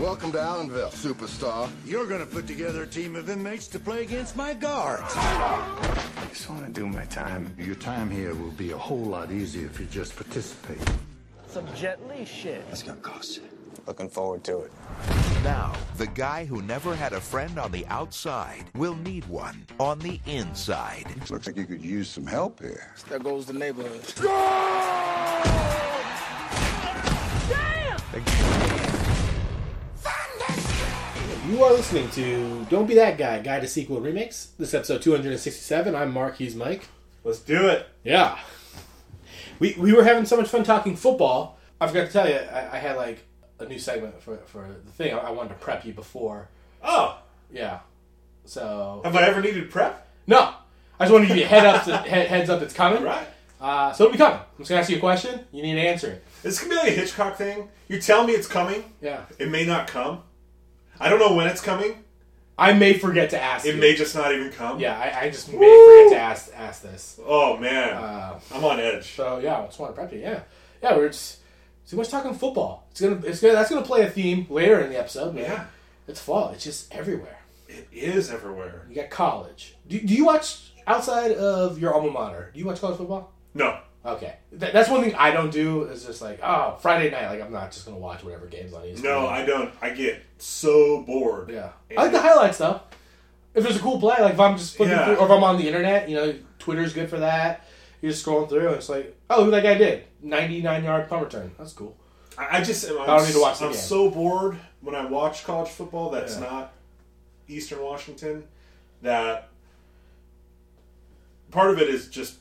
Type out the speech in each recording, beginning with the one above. Welcome to Allenville, superstar. You're gonna put together a team of inmates to play against my guards. I just want to do my time. Your time here will be a whole lot easier if you just participate. Some Jet Li shit. It's gonna cost. Looking forward to it. Now, the guy who never had a friend on the outside will need one on the inside. Looks like you could use some help here. There goes the neighborhood. You are listening to Don't Be That Guy, Guide to Sequel Remakes. This is episode 267. I'm Mark Hughes Mike. Let's do it. Yeah. We, we were having so much fun talking football. I forgot to tell you, I, I had like a new segment for, for the thing. I, I wanted to prep you before. Oh, Yeah. So. have I ever needed prep? No! I just wanted to give you a head up, to, head, heads up that's coming. Right. Uh, so it'll be coming. I'm just going to ask you a question. You need to answer it. This could be like a Hitchcock thing. You tell me it's coming. Yeah. It may not come. I don't know when it's coming. I may forget to ask It you. may just not even come. Yeah, I, I just may forget to ask, ask this. Oh man, Uh, I'm on edge. So yeah, I just want to prep you. Yeah, yeah, we're just too much talking football. It's gonna, it's gonna, that's gonna play a theme later in the episode. Man. Yeah. it's fall. It's just everywhere. It is everywhere. You got college. Do, do you watch outside of your alma mater? Do you watch college football? No, Okay, Th- that's one thing I don't do. Is just like oh Friday night, like I'm not just gonna watch whatever games on E ESPN. no, I don't. I get so bored. yeah, I like the highlights though. If there's a cool play, like if I'm just flipping Yeah. through, or if I'm on the internet, you know, Twitter's good for that. You're just scrolling through, and it's like, oh, who that guy did? 99 yard punt return. That's cool. I I just I'm, I don't need to watch the I'm game. so bored when I watch college football that's Yeah. not Eastern Washington that part of it is just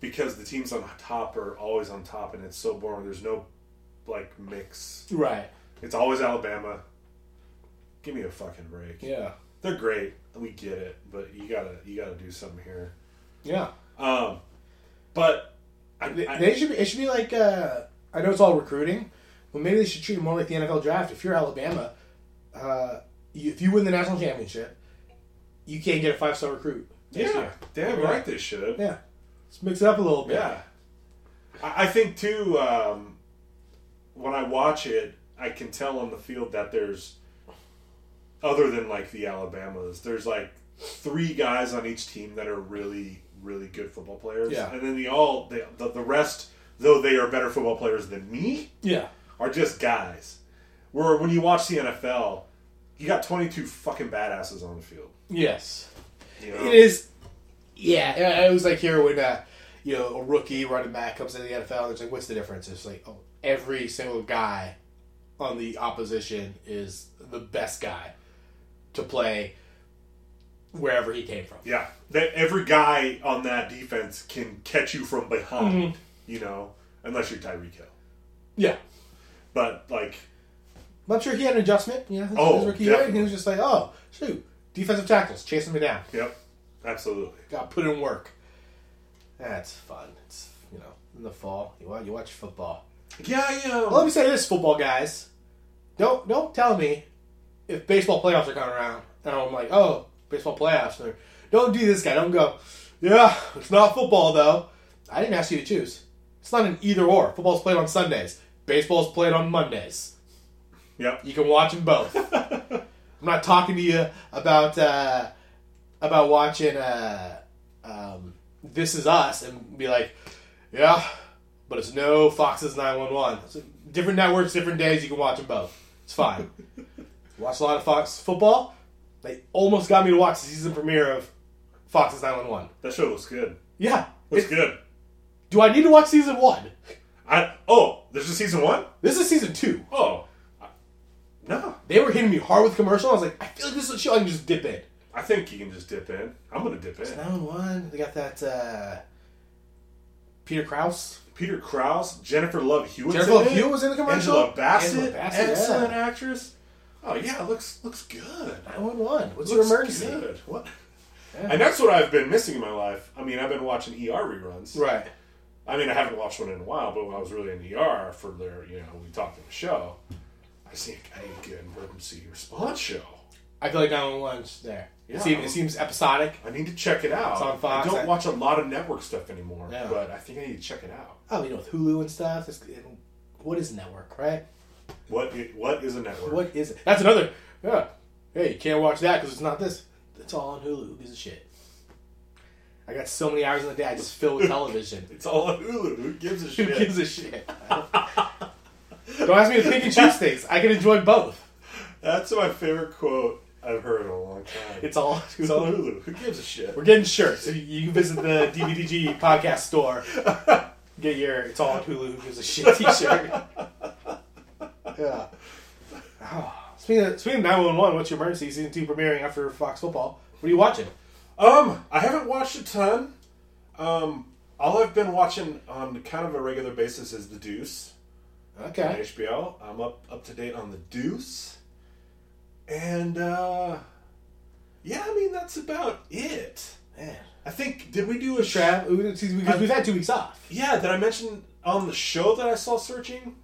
because the teams on top are always on top and it's so boring. There's no like mix. Right. It's always Alabama. Give me a fucking break. Yeah. They're great. We get it, but you gotta you gotta do something here. Yeah. Um, but I, They, I- they should be. It should be like. Uh, I know it's all recruiting, but maybe they should treat it more like the NFL draft. If you're Alabama, uh, you, if you win the national championship, you can't get a five star recruit. yeah, next year. damn Yeah. right they should. Yeah. Let's mix it up a little bit. Yeah. I, I think, too, um, when I watch it, I can tell on the field that there's, other than like the Alabamas, there's like three guys on each team that are really, really good football players. Yeah. And then the all, the, the, the rest, though they are better football players than me, Yeah. are just guys. Where when you watch the NFL, you got 22 fucking badasses on the field. Yes. You know? It is. Yeah. It, it was like here when uh, you know a rookie running back comes into the NFL. And it's like, what's the difference? It's like oh, every single guy on the opposition is the best guy to play wherever he came from. Yeah, that every guy on that defense can catch you from behind, you know, unless you're Tyreek Hill. Yeah. But like, But I'm sure he had an adjustment. You know, his, Oh, his rookie year, and definitely. he was just like, oh, shoot, defensive tackles chasing me down. yep, absolutely. Got put in work. That's fun. It's you know in the fall you watch, you watch football. Yeah, Well, let yeah. me say this, football guys, don't don't tell me if baseball playoffs are coming around and I'm like, oh, baseball playoffs. Or, don't do this guy. Don't go. Yeah, it's not football though. I didn't ask you to choose. It's not an either or. Football's played on Sundays. Baseball's played on Mondays. Yep. You can watch them both. I'm not talking to you about uh, about watching uh, um, This Is Us and be like, yeah, but it's no Fox's 911. It's different networks, different days. You can watch them both. It's fine. watch a lot of Fox football. They almost got me to watch the season premiere of Fox's 911. That show looks good. Yeah. Looks It- good. Do I need to watch season one? I oh, there's a season one. This is season two. Oh, I- no. They were hitting me hard with commercial. I was like, I feel like this is a show I can just dip in. I think you can just dip in. I'm gonna dip in. Down one. They got that uh, Peter Krause. Peter Krause, Jennifer Love Hewitt. Jennifer Love Hewitt was in the commercial. Angela Bassett, Angela Bassett, excellent yeah. actress. Oh yeah, it looks looks good. Nine one one. What's Looks your emergency? good. What? And that's what I've been missing in my life. I mean, I've been watching ER reruns. Right. I mean, I haven't watched one in a while, but when I was really in ER for their, you know, we talked in the show, I see I need to get an emergency response show. I feel like nine one one's there. Yeah. It, seems, it seems episodic. I need to check it out. It's on Fox. I don't I- watch a lot of network stuff anymore, Yeah. but I think I need to check it out. Oh, you know, with Hulu and stuff. It's, it, what is network, right? What i- what is a network? What is it? That's another. Yeah. Hey, you can't watch that because it's not this. It's all on Hulu. Who gives a shit? I got so many hours in the day I just fill with television. It's all on Hulu. Who gives a Who shit? gives a shit? Don't ask me to pick and choose things. I can enjoy both. That's my favorite quote I've heard in a long time. It's all on It's on Hulu. Hulu. Who gives a shit? We're getting shirts. If You can visit the DVDG podcast store. Get your "It's all on Hulu." Who gives a shit T-shirt? Yeah. Oh, speaking of, speaking of nine one one, what's your emergency? Season two premiering after Fox Football. What are you watching? Um, I haven't watched a ton. Um, all I've been watching on kind of a regular basis is The Deuce. on Okay. HBO. I'm up up to date on the Deuce, and uh, yeah, I mean that's about it. Man. I think did we do a sh- Trav, we- because we've had two weeks off. Yeah, did I mention on the show that I saw Searching?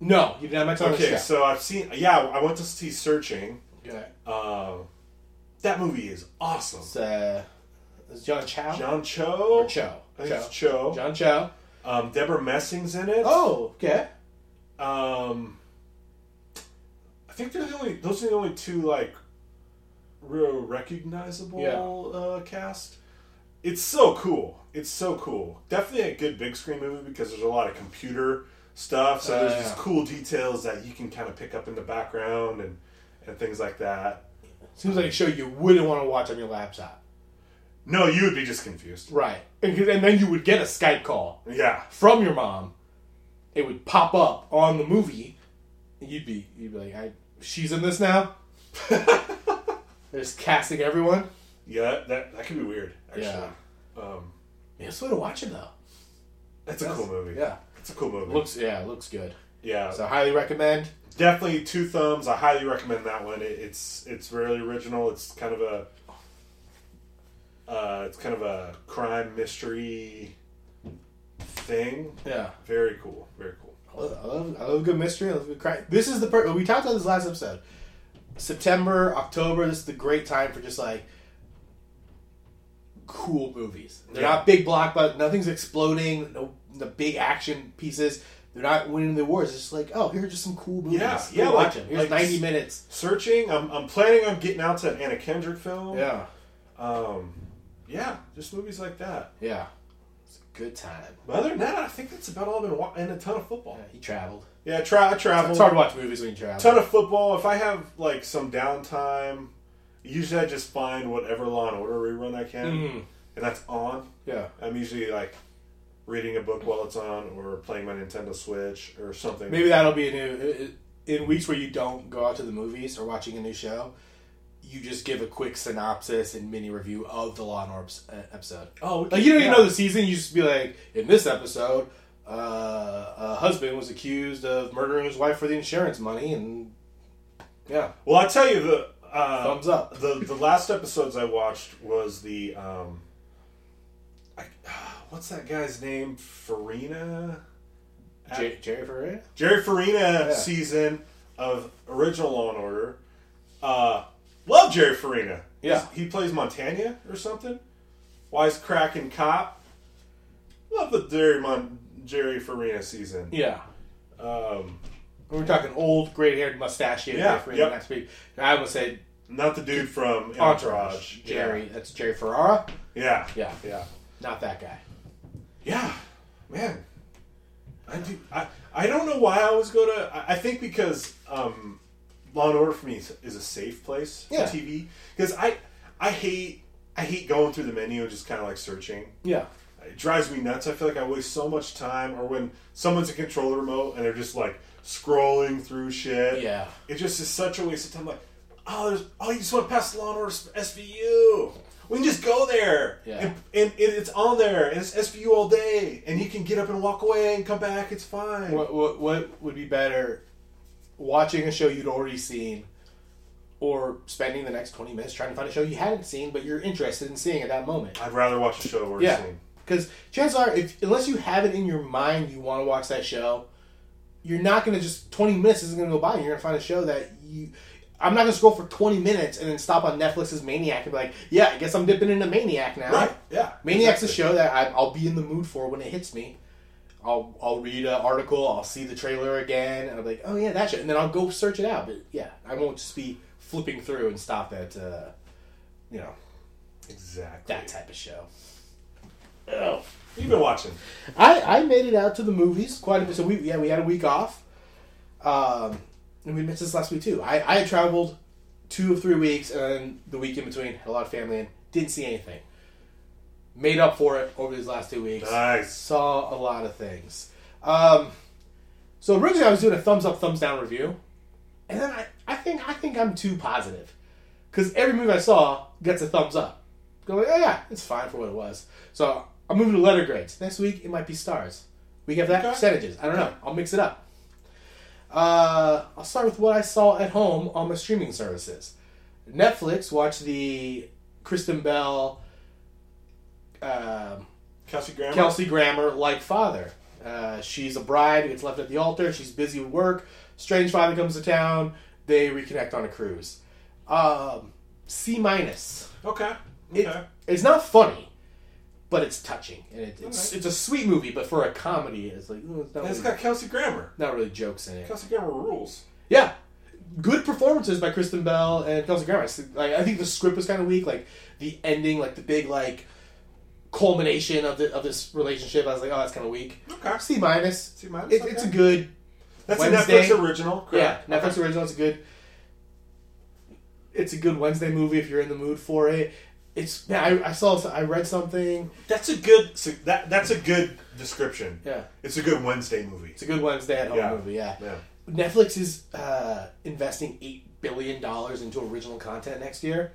No, you didn't have my time. Okay, so I've seen. Yeah, I went to see Searching. okay. Um, that movie is awesome. It's, uh, it's John Chow. John Cho. Or Cho. I think it's Cho. John Chow. Um, Deborah Messing's in it. Oh, okay. Um, I think they're the only. Those are the only two like real recognizable Yeah. uh, cast. It's so cool. It's so cool. Definitely a good big screen movie because there's a lot of computer stuff. So there's Uh, these yeah. cool details that you can kind of pick up in the background and and things like that. Seems like a show you wouldn't want to watch on your laptop. No, you would be just confused. Right. And, 'cause- and then you would get a Skype call Yeah, from your mom. It would pop up on the movie. And you'd be you'd be like, I, she's in this now? They're just casting everyone. yeah. That that could be weird. Actually, Yeah. um, Yeah, it's a way to watch it though. that's a cool movie. Uh, Yeah. it's a cool movie. Looks yeah, looks good. yeah, So highly recommend. definitely two thumbs. I highly recommend that one. It, it's it's really original. It's kind of a uh, it's kind of a crime mystery thing. Yeah. Very cool. Very cool. I love, I love, I love good mystery. I love good crime. This is the per- we talked about this last episode. September, October. This is the great time for just like cool movies. They're Yeah. not big blockbusters. Nothing's exploding. No, the big action pieces. They're not winning the wars. It's just like, oh, here are just some cool movies. Yeah, Go yeah, watch like- them. Here's like- ninety minutes. Searching. I'm, I'm planning on getting out to an Anna Kendrick film. Yeah, Um, yeah, just movies like that. yeah. It's a good time. But other than that, I think that's about all I've been wa- and a ton of football. Yeah, he traveled. Yeah, try I travel. It's hard to watch movies when you travel. ton of football. If I have like some downtime, usually I just find whatever Law and Order rerun I can, Mm-hmm. and that's on. yeah. I'm usually like reading a book while it's on, or playing my Nintendo Switch or something. Maybe that'll be a new. In weeks where you don't go out to the movies or watching a new show, you just give a quick synopsis and mini review of the Law and Order eps- uh, episode. Oh, we like can- you don't even yeah. know the season. You just be like, in this episode, uh, a husband was accused of murdering his wife for the insurance money, and yeah, Well, I'll tell you the uh, Thumbs up. The the last episodes I watched was the um, I, what's that guy's name? Farina. J- Jerry Ferreira. Jerry Farina season of original Law and Order. Uh, love Jerry Farina. Yeah. he plays Montana or something. Wisecracking cop. Love the Jerry Mon- Jerry Farina season. Yeah. Um, We're talking old, gray-haired, mustachioed Yeah, Jerry Ferreira yep. next week. And I would say not the dude from Entourage. Entourage. Jerry. That's Jerry Ferrara. Yeah. Yeah. Yeah. Not that guy. Yeah, man. I do. I, I don't know why I always go to. I, I think because um, Law and Order for me is, is a safe place Yeah. for TV. Because I I hate I hate going through the menu and just kind of like searching. Yeah. It drives me nuts. I feel like I waste so much time. Or when someone's in control of the remote and they're just like scrolling through shit. Yeah. It just is such a waste of time. Like, oh, there's, oh, you just want to pass the Law and Order SVU. We can just go there. Yeah. And, and it, it's on there. And it's SVU all day. And you can get up and walk away and come back. It's fine. What, what what would be better, watching a show you'd already seen, or spending the next twenty minutes trying to find a show you hadn't seen but you're interested in seeing at that moment? I'd rather watch a show where Yeah, it's seen. because chances are, if unless you have it in your mind you want to watch that show, you're not gonna just twenty minutes isn't gonna go by. You're gonna find a show that you. I'm not gonna scroll for twenty minutes and then stop on Netflix's Maniac and be like, yeah, I guess I'm dipping into Maniac now. Right. Yeah. Maniac's a show that I, I'll be in the mood for when it hits me. I'll I'll read an article, I'll see the trailer again, and I'll be like, oh yeah, that shit, and then I'll go search it out. But yeah, I won't just be flipping through and stop at uh, you know Exactly. that type of show. Oh. You've been watching. I, I made it out to the movies quite a bit. So we yeah we had a week off, um, and we missed this last week too. I, I had traveled two or three weeks, and then the week in between had a lot of family and didn't see anything. Made up for it over these last two weeks. Nice. Saw a lot of things. Um, so originally I was doing a thumbs up, thumbs down review, and then I, I think I think I'm too positive because every movie I saw gets a thumbs up. Go like, oh yeah, it's fine for what it was. So I'm moving to letter grades. Next week it might be stars. We have that percentages. I don't know. I'll mix it up. Uh, I'll start with what I saw at home on my streaming services. Netflix watched the Kristen Bell, um, Kelsey Grammer. Kelsey Grammer like father. Uh, she's a bride who gets left at the altar. She's busy with work. Strange father comes to town. They reconnect on a cruise. Um, C minus. Okay. Okay. It, It's not funny, but it's touching, and it, it's it's a sweet movie. But for a comedy, it's like "Ooh, it's not, And it's really, got Kelsey Grammer. not really jokes in it. Kelsey Grammer rules. Yeah, good performances by Kristen Bell and Kelsey Grammer. S- Like I think the script was kind of weak. Like the ending, like the big like culmination of the of this relationship. I was like, oh, that's kind of weak. Okay. C minus. C minus, It, It's a okay. good. That's Wednesday. a Netflix original. Correct. Yeah, Netflix Okay. original. It's a good. It's a good Wednesday movie if you're in the mood for it. It's yeah. I, I saw. I read something. That's a good. So that that's a good description. Yeah. It's a good Wednesday movie. It's a good Wednesday at home Yeah. movie. Yeah. Yeah. Netflix is uh, investing eight billion dollars into original content next year.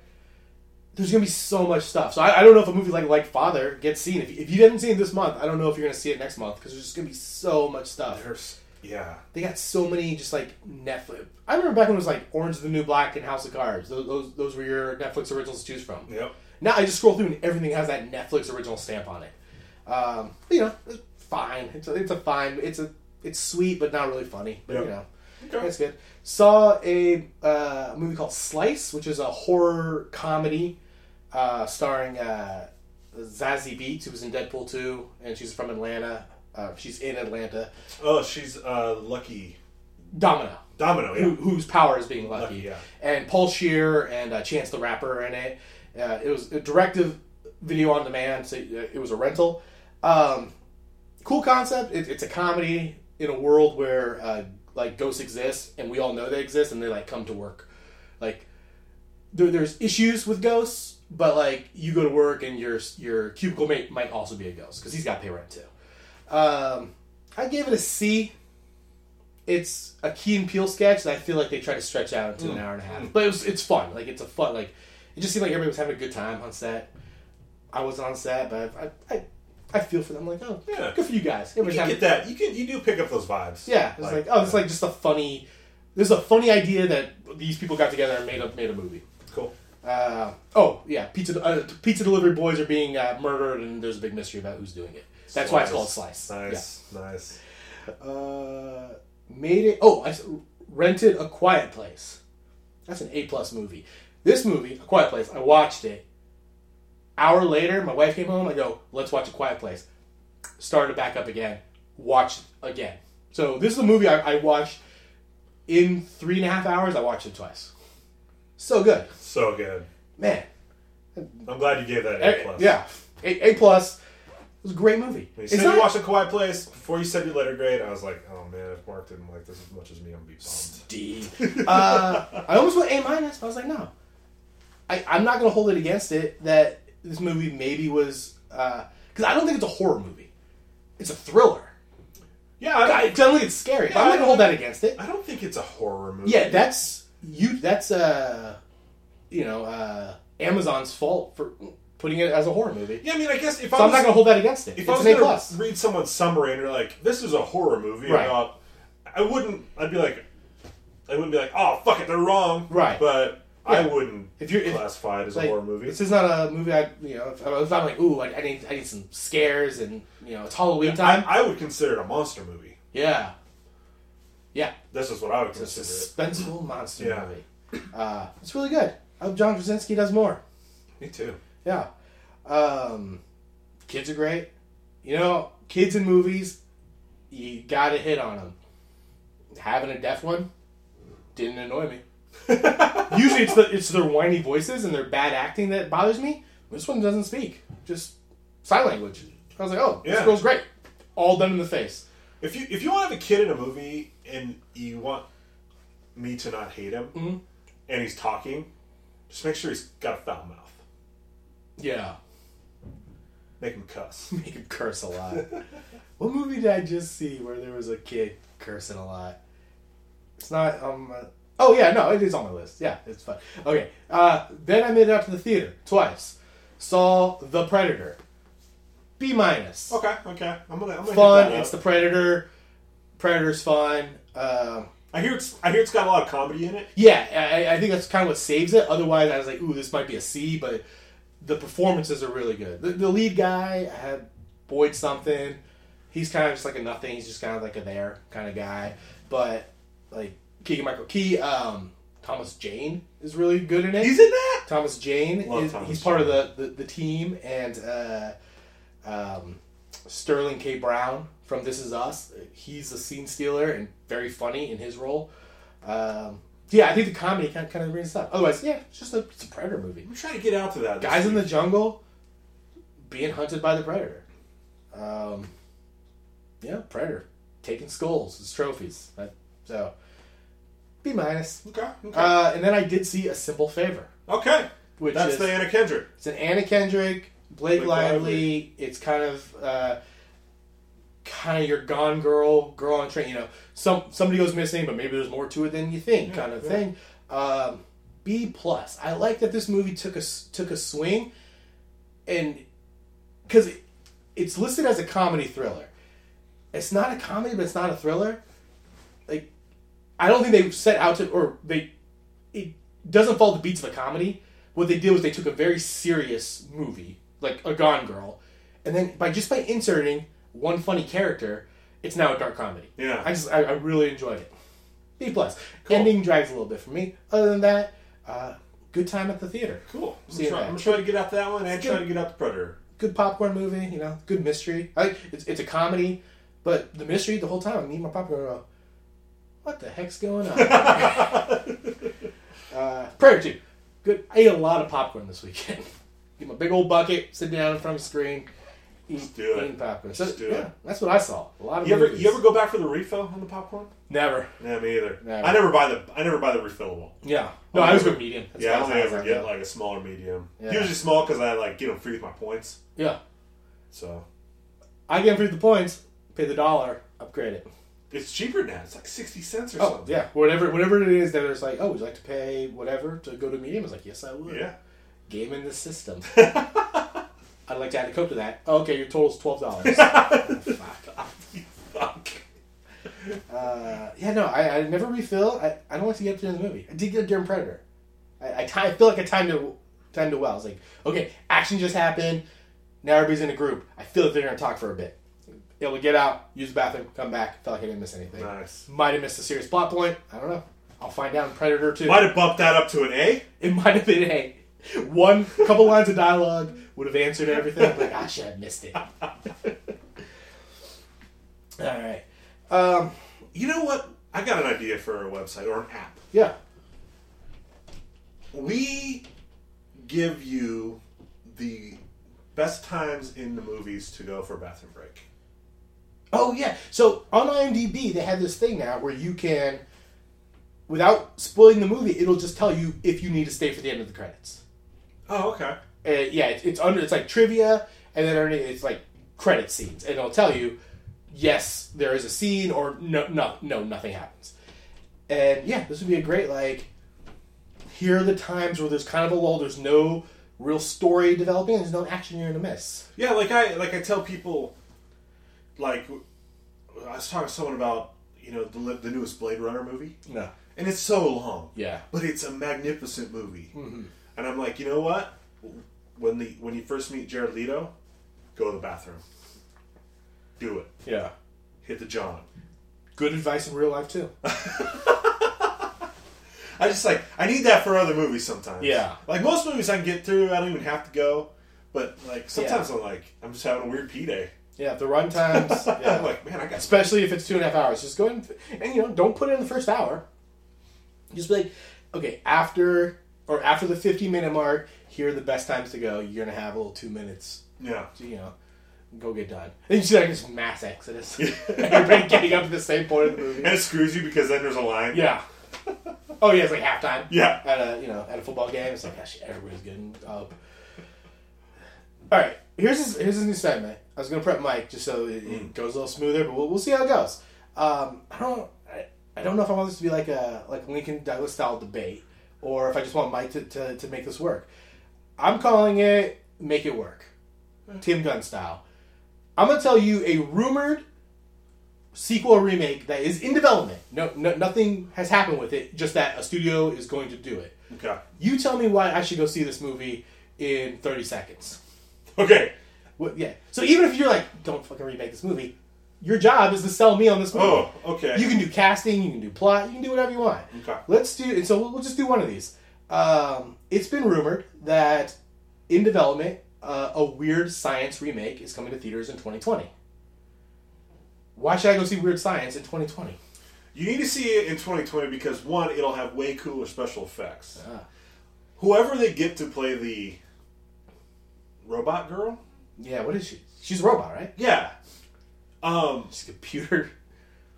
There's gonna be so much stuff. So I, I don't know if a movie like Like Father gets seen. If, if you didn't see it this month, I don't know if you're gonna see it next month because there's just gonna be so much stuff. There's yeah. they got so many just like Netflix. I remember back when it was like Orange is the New Black and House of Cards. Those those, those were your Netflix originals to choose from. Yep. Now I just scroll through and everything has that Netflix original stamp on it. Um, but, you know, it's fine. It's a, it's a fine. It's a it's sweet but not really funny. But you know, Yep. Okay. that's good. Saw a uh, movie called Slice, which is a horror comedy uh, starring uh, Zazie Beetz, who was in Deadpool two, and she's from Atlanta. Uh, she's in Atlanta. Oh, she's uh, Lucky Domino. Domino. Yeah. who, whose power is being lucky. Lucky, yeah. And Paul Shear and uh, Chance the Rapper are in it. Uh, it was a directive video on demand, so uh, it was a rental. Um, cool concept. It, it's a comedy in a world where uh, like ghosts exist, and we all know they exist, and they like come to work. Like there, there's issues with ghosts, but like you go to work and your your cubicle mate might also be a ghost because he's got to pay rent too. Um, I gave it a C it's a Key and Peel sketch that I feel like they try to stretch out into Mm. an hour and a half. But it was, it's fun. Like it's a fun. Like it just seemed like everybody was having a good time on set. I was on set, but I I, I, I feel for them. like oh Yeah. good for you guys. You Everybody's can having- get that. You can. You do pick up those vibes. Yeah, it's like, oh, it's like just a funny. There's a funny idea that these people got together and made up made a movie. cool. Uh, oh yeah, pizza uh, pizza delivery boys are being uh, murdered, and there's a big mystery about who's doing it. That's why it's called Slice. Yeah. Nice. Nice. Uh, made it. Oh, I s- rented A Quiet Place. That's an A plus movie. This movie, A Quiet Place, I watched it. Hour later, my wife came home. I go, let's watch A Quiet Place. Started back up again. Watched again. So this is a movie I, I watched in three and a half hours. I watched it twice. So good, So good. man. I'm glad you gave that A- A plus. Yeah, A, a plus. It was a great movie. When you It's said not- you watched a quiet place before you said your letter grade. I was like, oh man, if Mark didn't like this as much as me, I'm gonna be bummed. D. uh, I almost went A minus, but I was like, no. I, I'm not gonna hold it against it that this movie maybe was because I don't think it's a horror movie. It's a thriller. Yeah, I, I definitely it's scary. but I'm not gonna hold that against it. I don't think it's a horror movie. Yeah, that's you. That's uh, you know, uh, Amazon's fault for putting it as a horror movie. Yeah, I mean, I guess if So I I'm was, not gonna hold that against it. if it's I was an A gonna plus. read someone's summary and they're like, "This is a horror movie," Right. about, I wouldn't. I'd be like, I wouldn't be like, "Oh fuck it, they're wrong." Right. But I Yeah. wouldn't If you're- if- classify it as Like, a horror movie. This is not a movie I you know. If I was not like, ooh, I, I need I need some scares and you know it's Halloween I, time. I would consider it a monster movie. Yeah. Yeah. This is what I would It's a consider it. suspenseful monster Yeah. movie. Uh, it's really good. I hope John Krasinski does more. Me too. Yeah. Um, kids are great. You know, kids in movies, You got to hit on him. Having a deaf one didn't annoy me. Usually it's, the, it's their whiny voices and their bad acting that bothers me. This one doesn't speak, just sign language. I was like, oh, this Yeah. girl's great. All done in the face. If you if you want to have a kid in a movie and you want me to not hate him, and he's talking, just make sure he's got a foul mouth. Yeah. Make him cuss. Make him curse a lot. what movie did I just see where there was a kid cursing a lot? It's not on my. Oh yeah, no, it is on my list. Yeah, it's fun. Okay, uh, then I made it out to the theater twice. Saw The Predator. B minus. okay, okay. I'm gonna. I'm gonna Fun. hit that It's The up. Predator. Predator's fun. Um, I hear it's. I hear it's got a lot of comedy in it. yeah, I, I think that's kind of what saves it. Otherwise, I was like, ooh, this might be a C, but the performances are really good. The, the lead guy, I had Boyd something. He's kind of just like a nothing. He's just kind of like a there kind of guy. But like Keegan Michael Key, um, Thomas Jane is really good in it. He's in that. Thomas Jane. Love is- Thomas he's part of the, the, the team, and uh, um, Sterling K. Brown from This Is Us. He's a scene stealer and very funny in his role. Um, yeah, I think the comedy kind of, kind of brings us up. Otherwise, yeah, it's just a, it's a predator movie. I'm trying to get out to that. Guys in the jungle being hunted by the predator. Um, yeah, predator taking skulls as trophies. That- so B minus. Okay. Okay. Uh, and then I did see a simple favor. okay. Which That's is, the Anna Kendrick. it's an Anna Kendrick, Blake, Blake Lively. Lively. It's kind of uh, kind of your Gone Girl, Girl on a Train. You know, some somebody goes missing, but maybe there's more to it than you think, kind of thing. Um, B plus. I like that this movie took a s- took a swing, and because it, it's listed as a comedy thriller, it's not a comedy, but it's not a thriller. Like, I don't think they set out to or they it doesn't follow the beats of a comedy. What they did was they took a very serious movie, like a Gone Girl, and then by just by inserting one funny character, it's now a dark comedy. Yeah. I just I, I really enjoyed it. B plus. Ending drags a little bit for me. Other than that, uh, good time at the theater. Cool. I'm, See you try- back. I'm trying to get out that one and good. trying to get out the Predator. Good popcorn movie. You know, good mystery. I like it's it's a comedy, but the mystery the whole time. I'm eating my popcorn. and I go, What the heck's going on? uh, Prayer two. Good. I ate a lot of popcorn this weekend. Get my big old bucket, sit down in front of a screen, eat, do it. eating popcorn. So, Just do yeah, it. that's what I saw. A lot of You ever movies. you ever go back for the refill on the popcorn? never. Nah, me either. Never. I never buy the I never buy the refillable. Yeah. No, I was with medium. That's yeah, I what only was Oh, ever like, yeah. get like a smaller medium. Yeah. Usually small because I like get them free with my points. Yeah. So I get through the points, pay the dollar, upgrade it. it's cheaper now. It's like sixty cents or Oh something. yeah, whatever whatever it is that it's like, oh, would you like to pay whatever to go to medium? I was like, yes, I would. Yeah. Game in the system. I'd like to add a coke to that. Oh, okay, your total's twelve dollars. Fuck. yeah, no, I, I never refill. I, I don't like to get up during the movie. I did get up during Predator. I, I, ti- I feel like I timed it timed it well. I was like, okay, action just happened. Now everybody's in a group. I feel like they're gonna talk for a bit. Able to get out, use the bathroom, come back. Felt like I didn't miss anything. Nice. Might have missed a serious plot point. I don't know. I'll find out in Predator too. Might have bumped that up to an A. It might have been a one couple lines of dialogue would have answered everything. I'm like, I should have missed it. All right. Um, You know what? I got an idea for a website or an app. yeah. We give you the best times in the movies to go for a bathroom break. Oh yeah. So on IMDb, they have this thing now where you can, without spoiling the movie, it'll just tell you if you need to stay for the end of the credits. Oh, okay. Uh, yeah, it's, it's under. It's like trivia, and then underneath it's like credit scenes, and it'll tell you, yes, there is a scene, or no, no, no, nothing happens. And yeah, this would be a great like. Here are the times where there's kind of a lull. There's no real story developing. There's no action you're gonna miss. Yeah, like I like I tell people, like I was talking to someone about you know the the newest Blade Runner movie, No. and it's so long. Yeah. but it's a magnificent movie, and I'm like, you know what? When the when you first meet Jared Leto, go to the bathroom. Do it. Yeah. Hit the John. Good advice in real life too. I just like I need that for other movies sometimes. Yeah. like most movies I can get through. I don't even have to go, but like sometimes I'm like I'm just having a weird pee day. Yeah, the run times. Yeah. I'm like, man, I got especially if it's two and a half hours. Just go ahead and, and you know, don't put it in the first hour. Just be like, okay, after or after the fifty minute mark, here are the best times to go. You're gonna have a little two minutes, yeah. to, you know, go get done. And you see like this mass exodus, everybody getting up to the same point of the movie. And it screws you because then there's a line. Yeah. Oh yeah, it's like halftime. Yeah. At a you know at a football game, it's like gosh, everybody's getting up. All right, here's his, here's his new segment. I was gonna prep Mike just so it, it goes a little smoother, but we'll, we'll see how it goes. Um, I don't I, I don't know if I want this to be like a like Lincoln Douglas style debate, or if I just want Mike to, to, to make this work. I'm calling it make it work, Tim Gunn style. I'm gonna tell you a rumored sequel or remake that is in development. No, no, nothing has happened with it. Just that a studio is going to do it. Okay. You tell me why I should go see this movie in thirty seconds. Okay. What, yeah. So even if you're like, don't fucking remake this movie, your job is to sell me on this movie. Oh, okay. You can do casting. You can do plot. You can do whatever you want. Okay. Let's do. And so we'll, we'll just do one of these. Um, it's been rumored that in development, uh, a weird science remake is coming to theaters in 2020. Why should I go see Weird Science in 2020? You need to see it in 2020 because one, it'll have way cooler special effects. Whoever they get to play the robot girl, Yeah, what is she? She's a robot, right? yeah, um, She's a computer.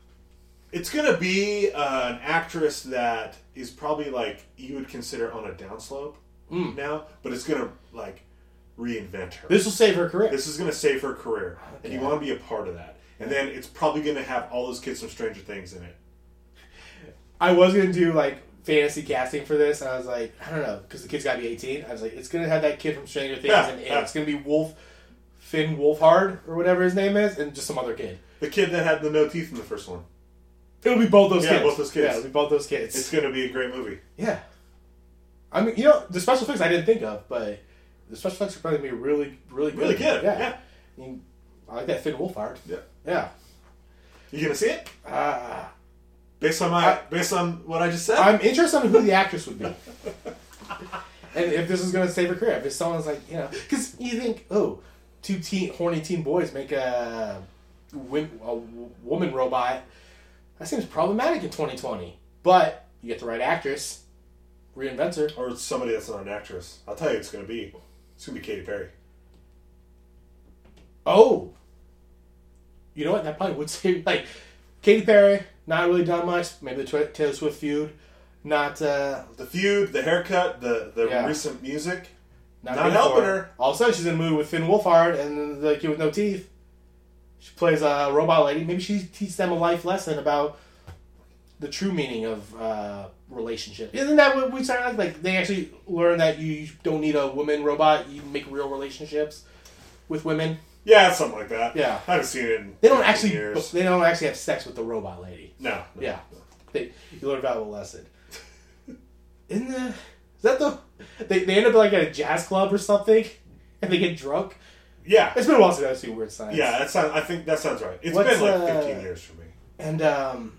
it's gonna be uh, an actress that is probably like you would consider on a downslope now, but it's gonna like reinvent her. Hmm. This will save her career. This is going to save her career, and you want to be a part of that. And then it's probably going to have all those kids from Stranger Things in it. I was gonna do like fantasy casting for this, and I was like, I don't know, because the kid's gotta be 18. I was like, it's gonna have that kid from Stranger Things, Yeah, and, and yeah. it's gonna be Wolf, Finn Wolfhard or whatever his name is, and just some other kid. The kid that had the no teeth in the first one. It'll be both those Yeah, kids. both those kids. Yeah, it'll be both those kids. It's going to be a great movie. yeah. I mean, you know, the special effects I didn't think of, but the special effects are probably gonna be really, really, Really good, Yeah. yeah. I, mean, I like that Finn Wolfhard. Yeah. Yeah. You going to see it? Ah. Based on my, based on what I just said. I'm interested in who the actress would be. and if this is going to save her career. If it's someone's like, you know, because you think, oh, two teen, horny teen boys make a, wim- a w- woman robot. That seems problematic in 2020. But you get the right actress, reinvents her. or somebody that's not an actress. I'll tell you, it's going to be. It's going to be Katy Perry. Oh, you know what? That probably would save like Katy Perry. Not really done much. Maybe the Tw- Taylor Swift feud. Not uh, The feud, the haircut, the the Yeah. recent music. Not, Not good helping for her. All of a sudden, she's in a movie with Finn Wolfhard and the kid with no teeth. She plays a robot lady. Maybe she teaches them a life lesson about the true meaning of uh, relationship. Isn't that what we started like? Like they actually learn that you don't need a woman robot. You make real relationships with women. Yeah, something like that. Yeah. I haven't seen it. in They don't 15 actually. Years. They don't actually have sex with the robot lady. No, no. Yeah, they, you learn a valuable lesson. In the is that the they, they end up like at a jazz club or something, and they get drunk. Yeah. It's been a while since I've seen Weird Science. Yeah. That sounds. I think that sounds right. It's What's, been like uh, 15 years for me. And um,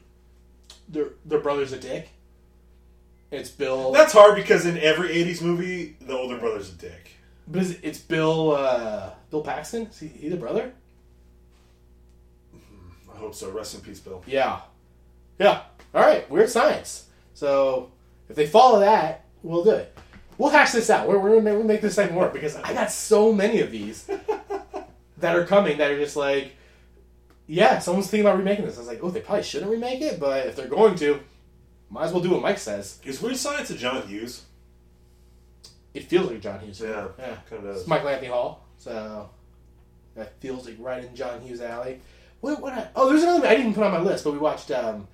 their their brother's a dick. It's Bill. That's hard because in every '80s movie, the older brother's a dick. but is, it's Bill. Uh, Bill Paxton. Is he, he the brother? I hope so. Rest in peace, Bill. Yeah. Yeah. All right. Weird Science. So if they follow that, we'll do it. We'll hash this out. We're, we're gonna make, we'll make this thing work because I got so many of these that are coming that are just like, yeah, someone's thinking about remaking this. I was like, oh, they probably shouldn't remake it, but if they're going to, might as well do what Mike says. Is Weird Science a John Hughes? It feels like John Hughes. Yeah, Yeah. kind of. It's Michael Anthony Hall, so that feels like right in John Hughes' alley. What? What? I, oh, there's another. I didn't put on my list, but we watched um,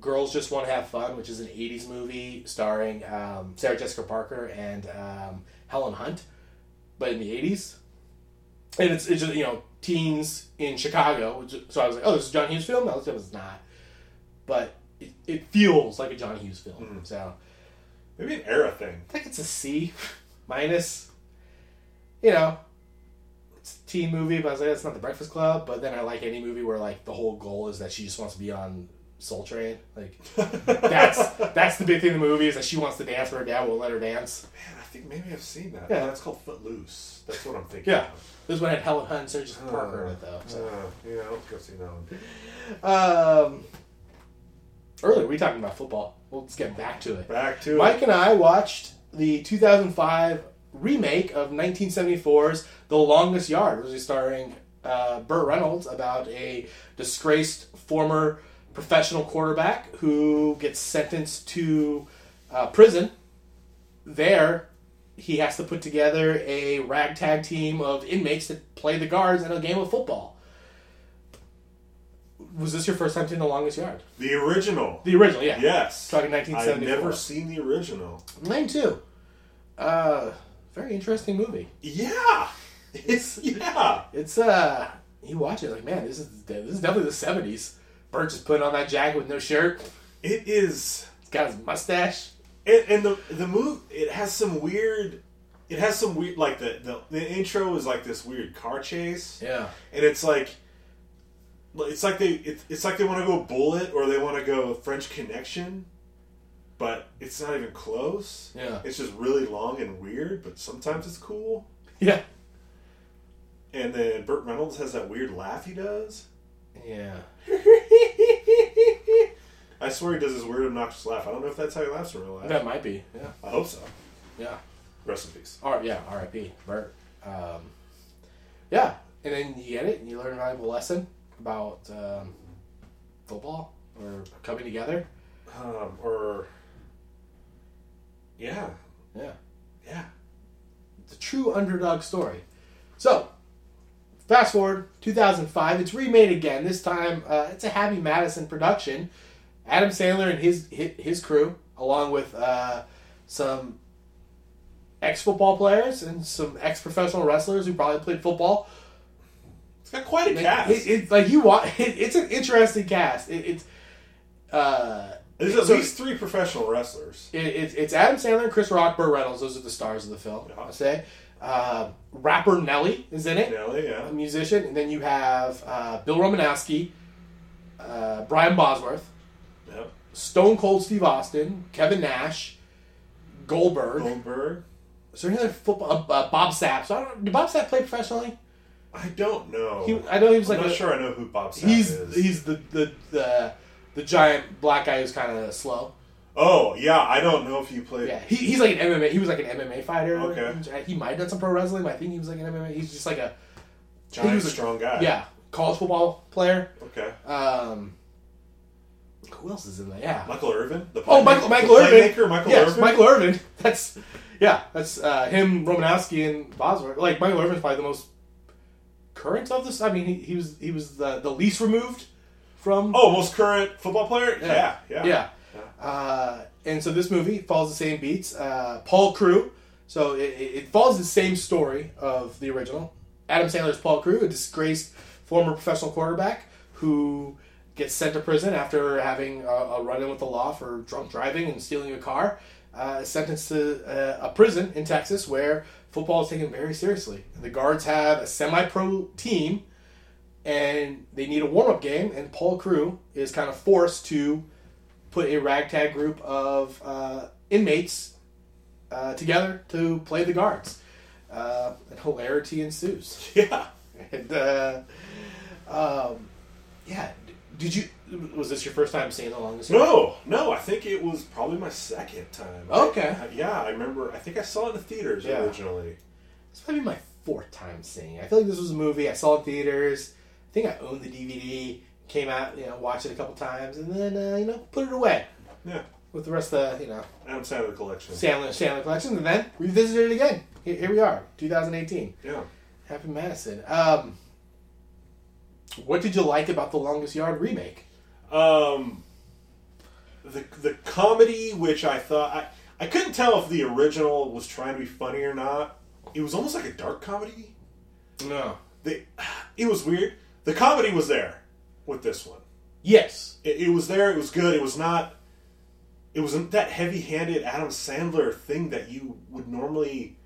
"Girls Just Want to Have Fun," which is an '80s movie starring um, Sarah Jessica Parker and um, Helen Hunt, but in the '80s, and it's it's just, you know teens in Chicago. Which, so I was like, oh, this is a John Hughes film. No, it was not, but it, it feels like a John Hughes film. So Maybe an era thing. I think it's a C minus. You know, it's a teen movie, but I was like, that's not the Breakfast Club. But then I like any movie where like the whole goal is that she just wants to be on Soul Train. Like that's that's the big thing in the movie is that she wants to dance, but her dad won't let her dance. I think maybe I've seen that. Yeah. That's called Footloose. That's what I'm thinking. Yeah, this one had Helen Hunt, Sergeant Parker in it though. Uh, So. yeah, let's go see that one. Um, earlier we were talking about football. We'll just get back to it. Back to Mike it. and I watched the 2005 remake of 1974's The Longest Yard, which is starring uh, Burt Reynolds about a disgraced former professional quarterback who gets sentenced to uh, prison. There, he has to put together a ragtag team of inmates that play the guards in a game of football. Was this your first time seeing The Longest Yard? The original. The original, yeah. yes. Talking I've 1974. never seen the original. Mine too. Uh, very interesting movie. Yeah. It's yeah. It's uh, you watch it like man, this is this is definitely the seventies. Bert just putting on that jacket with no shirt. It is He's got his mustache. and, and the the move it has some weird it has some weird like the, the the intro is like this weird car chase. Yeah, and it's like it's like they it, it's like they want to go bullet or they want to go french connection but it's not even close Yeah. it's just really long and weird but sometimes it's cool yeah, and then burt reynolds has that weird laugh he does yeah. i swear he does his weird obnoxious laugh i don't know if that's how he laughs in real life That might be. Yeah, i hope so yeah. rest in peace R yeah. R.I.P. Bert. Um, yeah, and then you get it, and you learn a valuable lesson about um, football or coming together. um, or yeah Yeah. yeah the true underdog story. So, fast forward 2005, it's remade again. This time, uh, it's a Happy Madison production. Adam Sandler and his his, his crew, along with uh, some ex football players and some ex professional wrestlers who probably played football. it's got quite a Like, cast it- it's like you want. It, it's an interesting cast. It, it's. Uh, there's at so- least three professional wrestlers it, it's it's Adam Sandler, Chris Rock, Burt Reynolds. Those are the stars of the film. Yeah. I say. Uh, rapper Nelly is in it, Nelly, yeah a musician, and then you have uh, Bill Romanowski, uh, Brian Bosworth, Yep. Stone Cold Steve Austin, Kevin Nash, Goldberg. Goldberg. Is there any other football? Uh, uh, Bob Sapp. So I don't, did Bob Sapp play professionally? I don't know. He, I know he was Oh, I'm like not a- sure I know who Bob Sapp He's is. he's the the, the the giant black guy who's kind of slow. oh yeah, I don't know if he played. Yeah, he, he's like an MMA. He was like an MMA fighter. Okay. He might have done some pro wrestling, but I think he was like an MMA. He's just like a Giant, he was a- strong guy. yeah college football player. Okay. Um, who else is in there? Yeah. Michael Irvin. The oh, playmaker- Michael Michael the Irvin. Playmaker Michael yes, Irvin. Michael Irvin. That's yeah. That's uh, him, Romanowski, and Bosworth. Like Michael Irvin's probably the most current of this. I mean, he, he was he was the, the least removed from. Oh, most current football player. Yeah, Yeah. yeah. Yeah. Uh, and so this movie follows the same beats. Uh, Paul Crew. So it, it it follows the same story of the original. Adam Sandler's Paul Crew, a disgraced former professional quarterback who gets sent to prison after having a, a run-in with the law for drunk driving and stealing a car. Uh, sentenced to uh, a prison in Texas where football is taken very seriously. The guards have a semi-pro team and they need a warm up game, and Paul Crew is kind of forced to put a ragtag group of uh, inmates uh, together to play the guards. Uh, and hilarity ensues. Yeah. And, uh, um, yeah, d- did you? Was this your first time seeing The Longest Yard? No, no. I think it was probably my second time. Okay. I- yeah, I remember. I think I saw it in the theaters Yeah. originally. This might be my fourth time seeing it. I feel like this was a movie I saw in theaters. I think I owned the DVD. Came out, you know, watched it a couple times, and then uh, you know, put it away Yeah. with the rest of the, you know, Adam Sandler collection. Sandler, Sandler collection, and then revisited it again. Here, here we are, 2018. Yeah. Happy Madison. Um, what did you like about the Longest Yard remake? Um, the the comedy, which I thought I, I couldn't tell if the original was trying to be funny or not. It was almost like a dark comedy. No. They, it was weird. The comedy was there with this one. Yes. It, it was there. It was good. It was not. It wasn't that heavy-handed Adam Sandler thing that you would normally,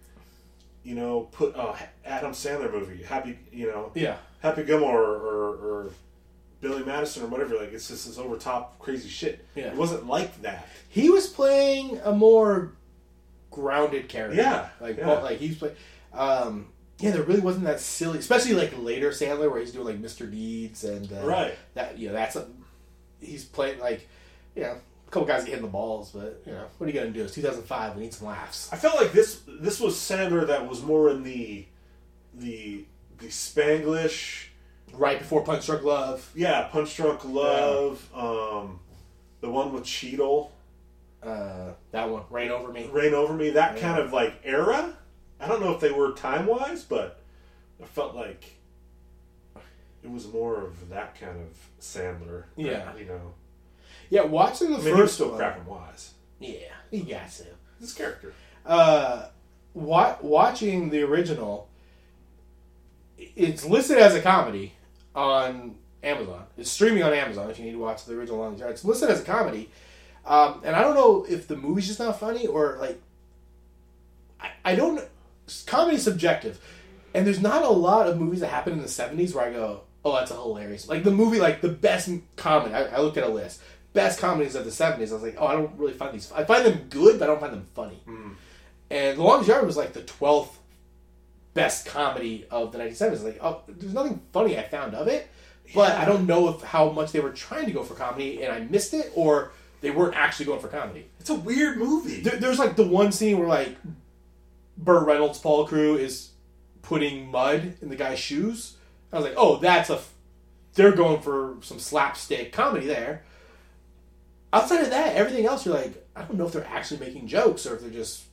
you know, put a Adam Sandler movie, Happy, you know, Yeah. Happy Gilmore or, or, or Billy Madison or whatever. Like it's just this over top crazy shit. Yeah. It wasn't like that. he was playing a more grounded character. Yeah, like yeah. well, like he's playing. Um, yeah, there really wasn't that silly, especially like later Sandler where he's doing like Mr. Deeds and uh, Right. That you know that's a, he's playing like you know a couple guys hitting the balls, but you know what are you gonna do? It's 2005. We need some laughs. I felt like this this was Sandler that was more in the the the Spanglish. Right before Punch Drunk Love, Yeah, Punch Drunk Love. Um, the one with Cheadle, uh, that one, Rain Over Me. Rain Over Me. That kind of like era. I don't know if they were time wise, but I felt like it was more of that kind of Sandler. Yeah. you know, Yeah, watching the I mean, he was first still one. cracking wise. Yeah, he got to. This character. uh, wa- watching the original, it's listed as a comedy on Amazon. It's streaming on Amazon if you need to watch the original on the It's listed as a comedy, um, and I don't know if the movie's just not funny or like I, I don't. Comedy's subjective, and there's not a lot of movies that happened in the '70s where I go, "Oh, that's a hilarious." Like the movie, like the best comedy. I, I looked at a list. Best comedies of the '70s. I was like, "Oh, I don't really find these. I find them good, but I don't find them funny." And The Longest Yard was like the twelfth best comedy of the 1970s. Like, oh, there's nothing funny I found of it, but I don't know if how much they were trying to go for comedy and I missed it, or they weren't actually going for comedy. It's a weird movie. There, there's like the one scene where like Burt Reynolds' Paul Crew is putting mud in the guy's shoes. I was like, oh, that's a. F- they're going for some slapstick comedy there. Outside of that, everything else, you're like, I don't know if they're actually making jokes or if they're just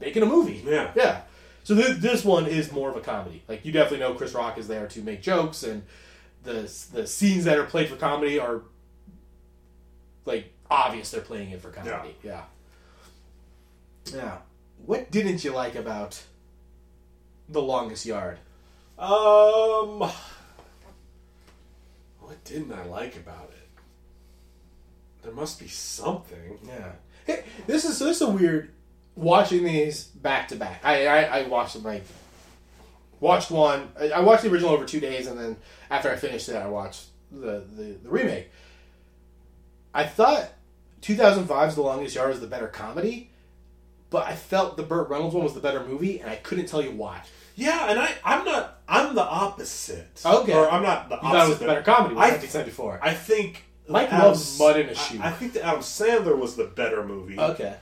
making a movie. Yeah. yeah. So th- this one is more of a comedy. Like you definitely know Chris Rock is there to make jokes, and the the scenes that are played for comedy are like obvious they're playing it for comedy. Yeah. Yeah. What didn't you like about The Longest Yard? Um, what didn't I like about it? There must be something. Yeah. Hey, this is this is a weird watching these back to back. I, I I watched them like watched one. I, I watched the original over two days, and then after I finished it, I watched the the, the remake. I thought 2005's The Longest Yard was the better comedy, but I felt the Burt Reynolds one was the better movie, and I couldn't tell you why. Yeah, and I, I'm not. I'm the opposite. Okay. Or I'm not the You opposite. thought it was the better comedy, which I, I, think said before. I think. Mike Adam loves S- mud in his I- shoe. Uh, I, think the Adam Sandler was the better movie. okay.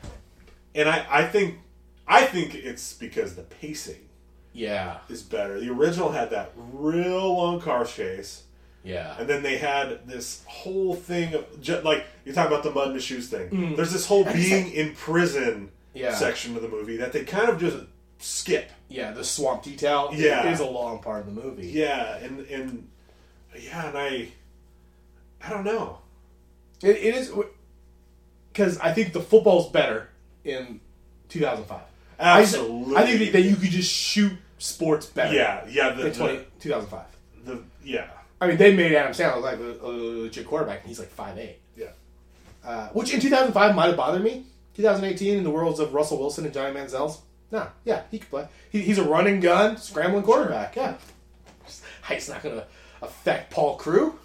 And I, I think, I think it's because the pacing Yeah. is better. The original had that real long car chase. Yeah. And then they had this whole thing of ju- like you're talking about the mud and the shoes thing. Mm. There's this whole being in prison Yeah. section of the movie that they kind of just skip. Yeah. The swamp detail Yeah. is a long part of the movie. Yeah, and and yeah, and I I don't know. It, it is because I think the football's better in 2005. I just- Absolutely. I, think that you could just shoot sports better. Yeah, yeah, the, In 20, the, 2005. the yeah, I mean, they made Adam Sandler like a, a legit quarterback, and he's like 5'8. yeah. Uh, which in 2005 might have bothered me. 2018, in the worlds of Russell Wilson and Johnny Manziel's, nah, yeah, he could play. He, he's a running gun, scrambling quarterback, yeah. Height's not going to affect Paul Crew.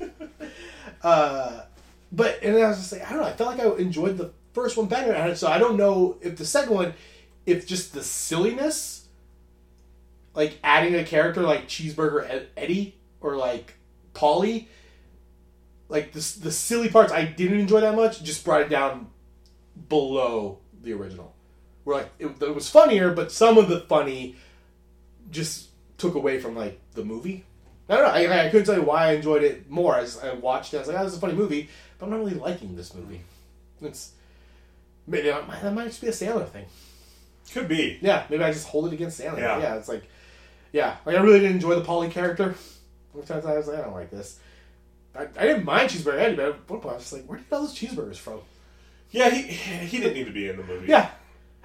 uh, but, and I was just like, I don't know, I felt like I enjoyed the first one better. and So I don't know if the second one, if just the silliness, like adding a character like Cheeseburger Ed- Eddie or like Polly, like the the silly parts I didn't enjoy that much just brought it down below the original. Where like it, it was funnier, but some of the funny just took away from like the movie. I don't know. I, I couldn't tell you why I enjoyed it more. I, just, I watched it. I was like, "Oh, this is a funny movie," but I'm not really liking this movie. It's maybe that might, that might just be a Sandler thing. Could be. Yeah, maybe I just hold it against Sandler. Yeah, Yeah. it's like, yeah, like I really didn't enjoy the Polly character. Sometimes I was like, I don't like this. I, I didn't mind cheeseburger Eddie, but at one point I was just like, where did all those cheeseburgers from? Yeah, he he didn't need to be in the movie. Yeah,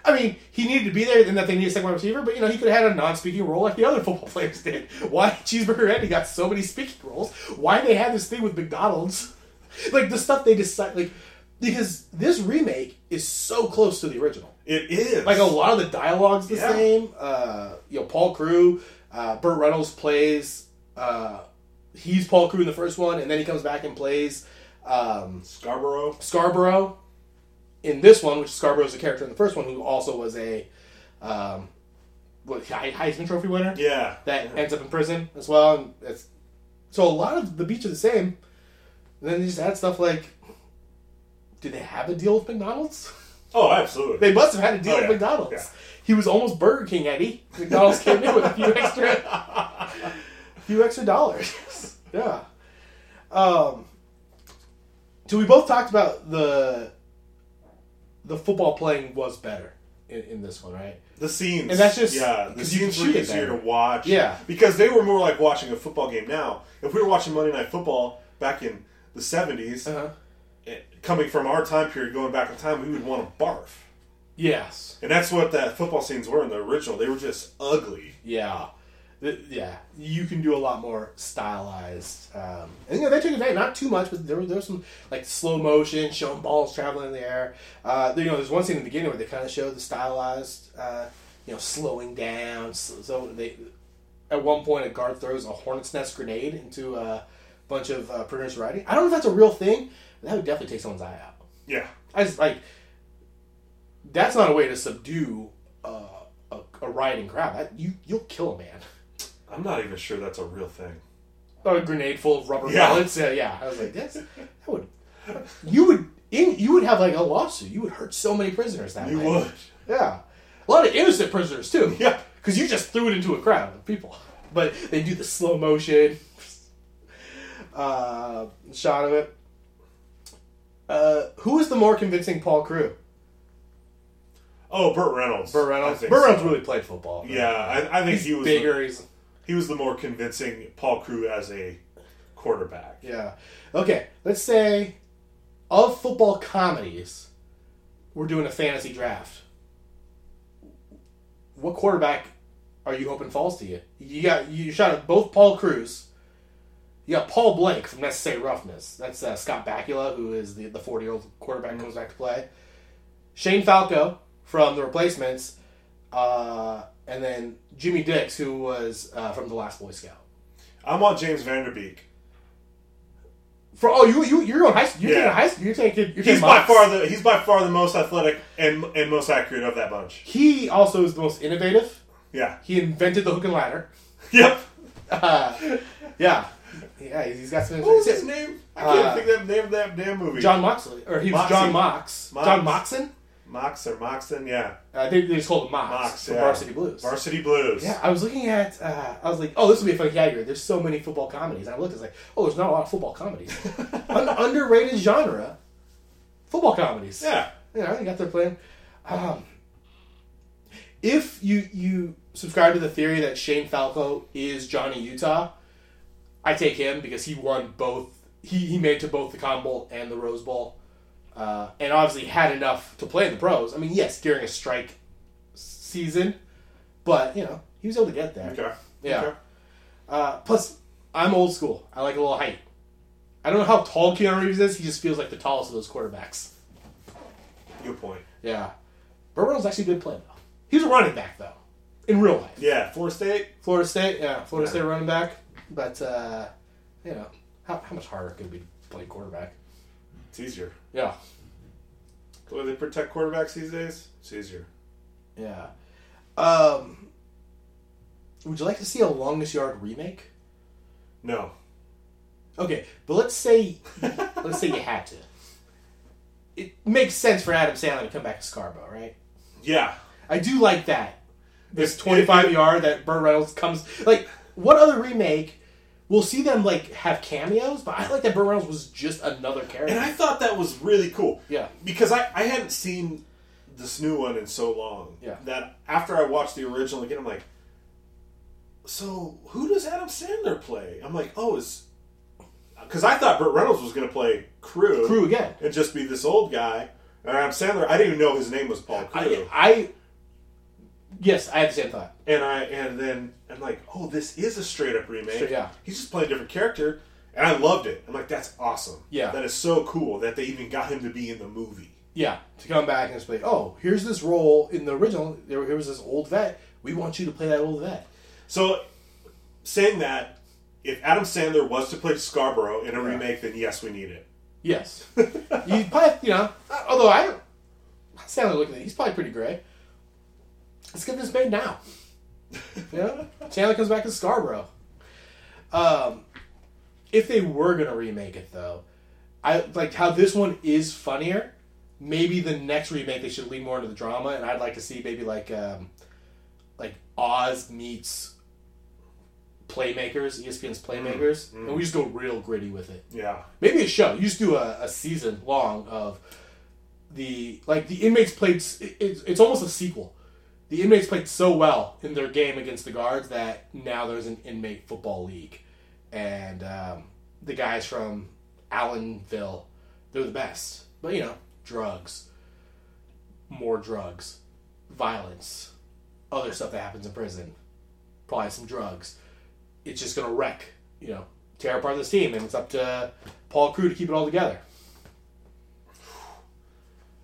I mean, he needed to be there, and that they needed a second wide receiver, but you know, he could have had a non-speaking role like the other football players did. Why cheeseburger Eddie got so many speaking roles? Why they had this thing with McDonald's? like the stuff they decide, like because this remake is so close to the original. It is. like a lot of the dialogue's the Yeah. same. Uh, you know, Paul Crew, uh, Burt Reynolds plays uh, he's Paul Crewe in the first one, and then he comes back and plays um, Scarborough. Scarborough in this one, which Scarborough is a character in the first one who also was a um, what, He- Heisman Trophy winner Yeah. that ends up in prison as well. And it's, so a lot of the beats are the same. And then they just add stuff like, do they have a deal with McDonald's? Oh, absolutely. They must have had a deal Oh, with yeah. McDonald's. Yeah. He was almost Burger King Eddie. McDonald's came in with a few extra, few extra dollars. yeah. Um, so we both talked about the the football playing was better in, in this one, right? The scenes, And that's just- yeah. The 'cause you can scenes were shoot it easier better. to watch, Yeah. because they were more like watching a football game. Now, if we were watching Monday Night Football back in the 70s it- coming from our time period, going back in time, we would want to barf, Yes. and that's what that football scenes were in the original. They were just ugly. Yeah. Th- Yeah, you can do a lot more stylized, um, and you know they took advantage not too much, but there was there was some like slow motion showing balls traveling in the air. Uh, you know, there's one scene in the beginning where they kind of showed the stylized, uh, you know, slowing down. So, so they, at one point, a guard throws a hornet's nest grenade into a bunch of uh, prisoners riding. I don't know if that's a real thing, but that would definitely take someone's eye out. Yeah, I just like that's not a way to subdue uh, a, a rioting crowd. That, you you'll kill a man. I'm not even sure that's a real thing. A grenade full of rubber Yeah. bullets. Yeah, yeah. I was like, that's that would you would in, you would have like a lawsuit. You would hurt so many prisoners that You way. would, Yeah, a lot of innocent prisoners too. Yeah. because you just threw it into a crowd of people. But they do the slow motion uh, shot of it. Uh, who is the more convincing Paul Crew? Oh, Burt Reynolds. Burt I Reynolds. think Burt Reynolds so. really played football. Yeah, I, I think he's he was bigger. The, he's he was the more convincing Paul Crewe as a quarterback. yeah. Okay, let's say of football comedies, we're doing a fantasy draft. What quarterback are you hoping falls to you? You got you shot at both Paul Cruz. You got Paul Blake from Necessary Roughness. That's uh, Scott Bakula, who is the the forty year old quarterback comes back to play. Shane Falco from The Replacements, uh, and then Jimmy Dix, who was uh, from The Last Boy Scout. I want James Vanderbeek. For oh, you you you're on high school. You're Yeah. taking high school. You're taking. You're taking He's by mocks. far the he's by far the most athletic and and most accurate of that bunch. He also is the most innovative. Yeah. He invented the hook and ladder. Yep. Yeah, yeah. He's, he's got some. What was his name? I can't Uh, think of that name of that damn movie. John Moxley, or he was Moxie. John Mox. Mox. John Moxon. Mox or Moxon, yeah. Uh, they, they just called him Mox, Mox, from yeah. Varsity Blues. Varsity Blues. yeah, I was looking at. Uh, I was like, oh, this would be a fun category. There's so many football comedies. I looked. I was like, oh, there's not a lot of football comedies. An underrated genre, football comedies. Yeah. Yeah, I think that's their plan. Um, if you you subscribe to the theory that Shane Falco is Johnny Utah, I take him because he won both. He he made to both the Cotton Bowl and the Rose Bowl, uh, and obviously had enough to play in the pros. I mean, yes, during a strike season, but you know he was able to get there. Okay. Yeah. Okay. Uh, plus, I'm old school. I like a little height. I don't know how tall Keanu Reeves is. He just feels like the tallest of those quarterbacks. Good point. Yeah. Burt Reynolds actually did play though. He was a running back though, in real life. Yeah, Florida State. Florida State, yeah, Florida State running back. But uh, you know, how, how much harder could it be to play quarterback? It's easier. Yeah, The way they protect quarterbacks these days, it's easier. yeah. Um, would you like to see a longest yard remake? No. Okay, but let's say let's say you had to. It makes sense for Adam Sandler to come back to Scarborough, right? Yeah. I do like that. This If- 25 if- yard that Burt Reynolds comes. Like, what other remake? We'll see them, like, have cameos, but I like that Burt Reynolds was just another character. And I thought that was really cool. Yeah. Because I, I hadn't seen this new one in so long. Yeah. That after I watched the original again, I'm like, so who does Adam Sandler play? I'm like, oh, is. Because I thought Burt Reynolds was going to play Crew. Crew again. And just be this old guy. And Adam Sandler, I didn't even know his name was Paul Crew. I, I. Yes, I had the same thought. and I and then I'm like, oh, this is a straight up remake. Sure, yeah. He's just playing a different character, and I loved it. I'm like, that's awesome. Yeah. That is so cool that they even got him to be in the movie. Yeah, to come back and just be like, oh, here's this role in the original. There, here was this old vet. We want you to play that old vet. So, saying that, if Adam Sandler was to play Scarborough in a remake, then yes, we need it. Yes. you probably, you know, although I don't, Sandler looking at he's probably pretty gray. Let's get this made now. you know? Chandler comes back to Scarborough. Um, if they were going to remake it, though, I like how this one is funnier. Maybe the next remake they should lean more into the drama, and I'd like to see maybe like um, like Oz meets Playmakers, E ESPN's Playmakers, and we just go real gritty with it Yeah. maybe a show. You just do a, a season long of the like the inmates played. s- it- It's it's almost a sequel. The inmates played so well in their game against the guards that now there's an inmate football league, and um, the guys from Allenville, they're the best. But you know, drugs, more drugs, violence, other stuff that happens in prison, probably some drugs it's just going to wreck, you know, tear apart this team, and it's up to Paul Crew to keep it all together.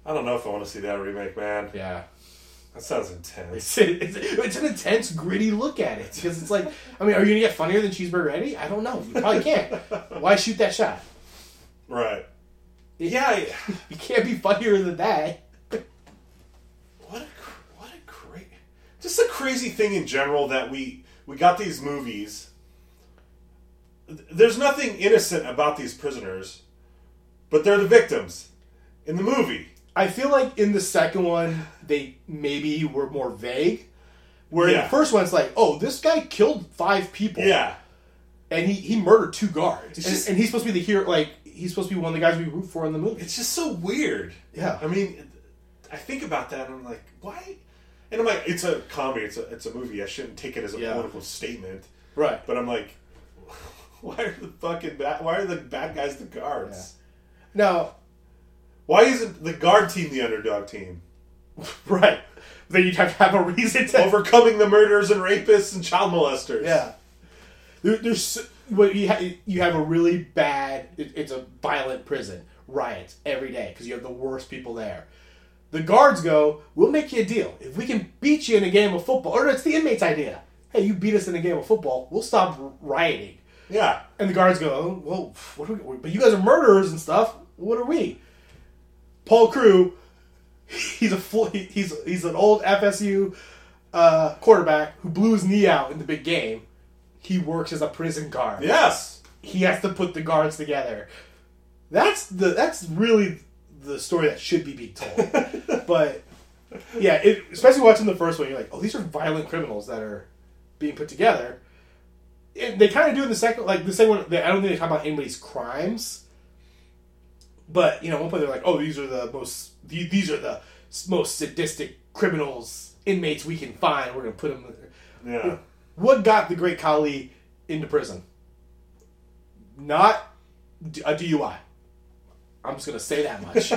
I don't know if I want to see that remake, man. Yeah, That sounds it's, intense. it's, it's an intense, gritty look at it because it's like, I mean, are you going to get funnier than Cheeseburger Eddie? I don't know. You probably can't. Why shoot that shot? Right. Yeah. I- You can't be funnier than that. what a cr- what a cra just a crazy thing in general that we we got these movies. Th- There's nothing innocent about these prisoners, but they're the victims in the movie. I feel like in the second one they maybe were more vague. Where in Yeah. the first one it's like, oh, this guy killed five people. Yeah. and he, he murdered two guards, and, just- and he's supposed to be the hero. Like he's supposed to be one of the guys we root for in the movie. It's just so weird. Yeah. I mean, I think about that and I'm like, why? And I'm like, it's a comedy. It's a it's a movie. I shouldn't take it as a Yeah. political statement. Right. But I'm like, why are the fucking bad? Why are the bad guys the guards? Now, Why isn't the guard team the underdog team? right. Then you'd have to have a reason to. Overcoming the murderers and rapists and child molesters. yeah. There, there's so- well, you ha- you have a really bad. It, it's a violent prison, riots every day because you have the worst people there. The guards go, "We'll make you a deal if we can beat you in a game of football." Or no, it's the inmates' idea. Hey, you beat us in a game of football, we'll stop rioting. Yeah. And the guards go, oh, well, what are we, but you guys are murderers and stuff. What are we? Paul Crew, he's a full, he- he's he's an old FSU uh, quarterback who blew his knee out in the big game. He works as a prison guard. Yes. He has to put the guards together. That's the that's really the story that should be being told. but yeah, it, especially watching the first one, you're like, oh, these are violent criminals that are being put together. And they kind of do in the second, like the second one. They, I don't think they talk about anybody's crimes, but you know, at one point they're like, oh, these are the most, the- these are the s- most sadistic criminals inmates we can find. We're gonna put them. Yeah. What got the great Kali into prison? Not d- a DUI. I'm just gonna say that much.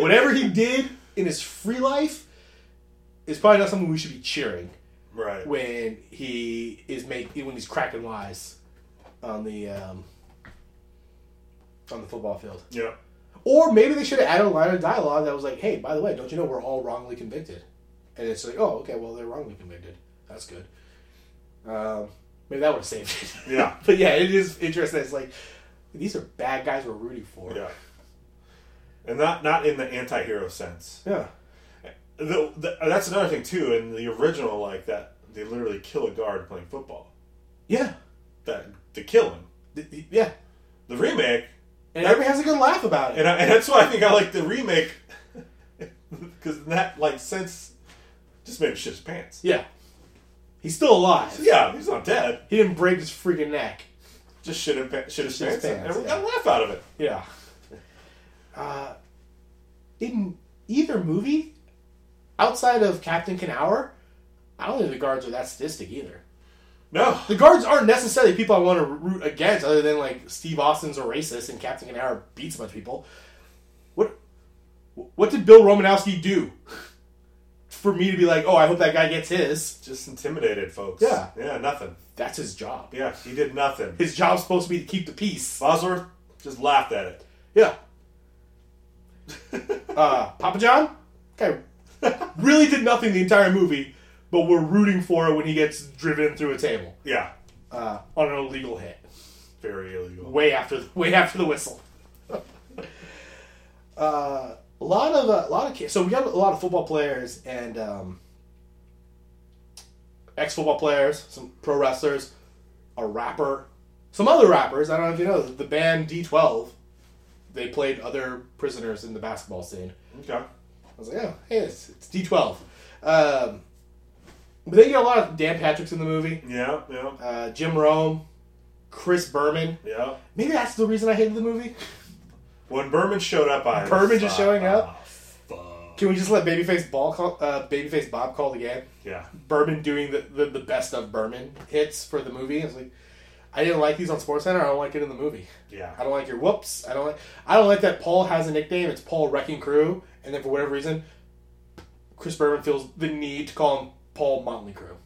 Whatever he did in his free life is probably not something we should be cheering Right. when he is make when he's cracking wise on the um, on the football field. Yeah. Or maybe they should have added a line of dialogue that was like, "Hey, by the way, don't you know we're all wrongly convicted?" And it's like, "Oh, okay, well they're wrongly convicted. That's good." Um, maybe that would have saved it. Yeah. but yeah, it is interesting. It's like these are bad guys we're rooting for. Yeah. And not not in the anti-hero sense. yeah, The, the, uh, that's another thing too. In the original, like that, they literally kill a guard playing football. yeah, That they kill him. Th- th- yeah. The remake, And everybody has a good laugh about it. and, I, and that's why I think I like the remake because that like sense just made him shit his pants. yeah, he's still alive. Yeah, he's not dead. He didn't break his freaking neck. Just shit, him, pa- shit his Shit his pants, pants, and we yeah. got a laugh out of it. Yeah. Uh, in either movie, outside of Captain Canower, I don't think the guards are that sadistic either. No, The guards aren't necessarily people I want to root against, other than like Steve Austin's a racist and Captain Canower beats a bunch of people. What? What did Bill Romanowski do for me to be like, oh, I hope that guy gets his? just intimidated folks. Yeah. yeah, nothing. That's his job. Yeah, he did nothing. His job's supposed to be to keep the peace. Bosworth just laughed at it. Yeah. uh, Papa John? Okay. really did nothing the entire movie, but we're rooting for it when he gets driven through a table. Yeah, uh, on an illegal hit Very illegal. way after the, way after the whistle. uh, a lot of a lot of kids. So we got a lot of football players and um, ex football players, some pro wrestlers, a rapper, some other rappers. I don't know if you know the band D Twelve. They played other prisoners in the basketball scene. Okay. I was like, oh, hey, it's, it's D12. Um, but they get a lot of Dan Patrick's in the movie. Yeah, yeah, Uh, Jim Rome, Chris Berman. yeah. Maybe that's the reason I hated the movie. When Berman showed up, I "Oh, Berman just showing up. Fuck. Can we just let Babyface Ball call, uh, Babyface Bob call the game? Yeah. Berman doing the, the, the best of Berman hits for the movie. I was like, I didn't like these on SportsCenter. I don't like it in the movie. Yeah. I don't like your whoops. I don't like. I don't like that Paul has a nickname. It's Paul Wrecking Crew, and then for whatever reason, Chris Berman feels the need to call him Paul Motley Crew.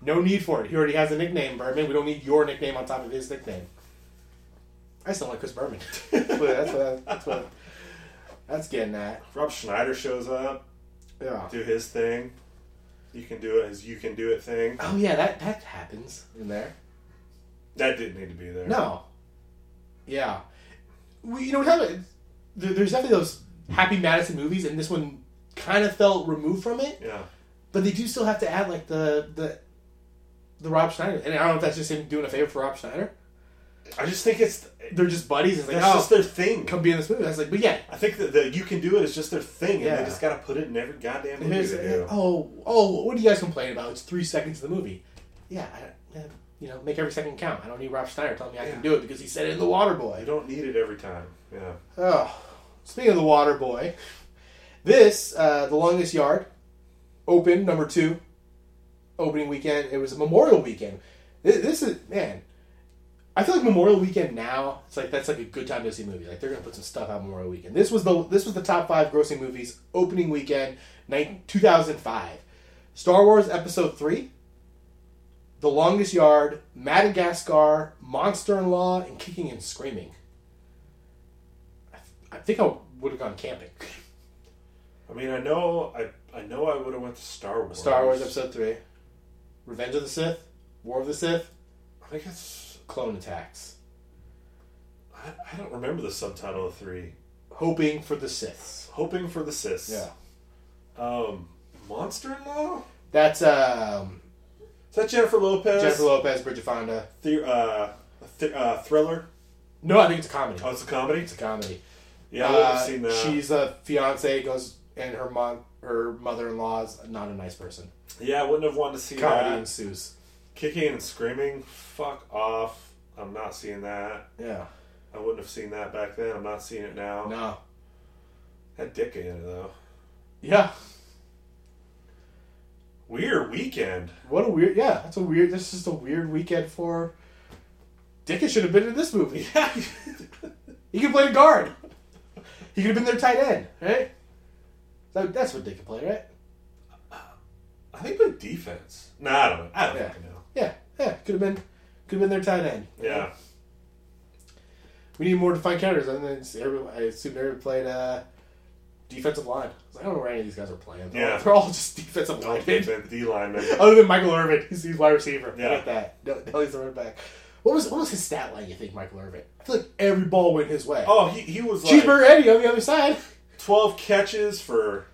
No need for it. He already has a nickname, Berman. We don't need your nickname on top of his nickname. I still like Chris Berman. that's what. That's what. That's, what, that's getting at. Rob Schneider shows up, Yeah. do his thing. You can do it as you can do it thing. Oh yeah, that that happens in there. That didn't need to be there. No. Yeah. We, you know, we have a- there, there's definitely those Happy Madison movies, and this one kind of felt removed from it. Yeah. But they do still have to add like the the the Rob Schneider, and I don't know if that's just him doing a favor for Rob Schneider. I just think it's that's They're just buddies. It's like, oh, just their thing. come be in this movie. I was like, but yeah, I think that the you can do it is just their thing, and Yeah. they just gotta put it in every goddamn And movie there's- they do. oh, oh, what do you guys complain about? It's three seconds of the movie. Yeah, I, yeah, you know, make every second count. I don't need Rob Schneider telling me I can do it because he said it in The Water Boy. You don't need it every time. Yeah. Oh, speaking of the water boy, this uh, the longest yard open number two opening weekend. It was a Memorial weekend. This, this is man. I feel like Memorial weekend now. It's like that's like a good time to see a movie. Like they're gonna put some stuff out Memorial weekend. This was the this was the top five grossing movies opening weekend, two thousand five. Star Wars Episode three. The Longest Yard, Madagascar, Monster in Law, and Kicking and Screaming. I think I would have gone camping. I mean, I know, I I know, I would have went to Star Wars. Star Wars Episode Three, Revenge of the Sith, War of the Sith, I think it's. Clone Attacks, I, I don't remember the subtitle of three. Hoping for the Siths. Hoping for the sis. Um, Monster in Law. that's um, Is that Jennifer Lopez? Jennifer Lopez, Bridget Fonda. Th- uh, th- uh, thriller. No, I think it's a comedy. Oh, it's a comedy. It's a comedy. Yeah, I've Uh, seen that. She's a fiance goes, and her mom, her mother-in-law is not a nice person. yeah, I wouldn't have wanted to see Comedy that. ensues. Kicking and screaming. Fuck off. I'm not seeing that. Yeah. I wouldn't have seen that back then. I'm not seeing it now. No. Had Dick in it though. Yeah. Weird weekend. What a weird. Yeah, that's a weird. This is just a weird weekend for. Dickens should have been in this movie. he could play the guard. He could have been their tight end, right? That, that's what Dick could play, right? I think the defense. No, I don't. I don't Yeah. fucking know. Yeah, yeah. Could have been, could have been their tight end. Yeah. We need more defined counters, and then it's every- I assume everyone played uh, defensive line. I, was like, I don't know where any of these guys are playing. They're all- Yeah. they're all just defensive Don't linemen. think that D lineman. Other than Michael Irvin, he's, he's wide receiver. Yeah. Forget that. No, no, he's a running back. What was what was his stat line? You think Michael Irvin? I feel like every ball went his way. Oh, he, he was like cheaper Eddie on the other side. 12 catches for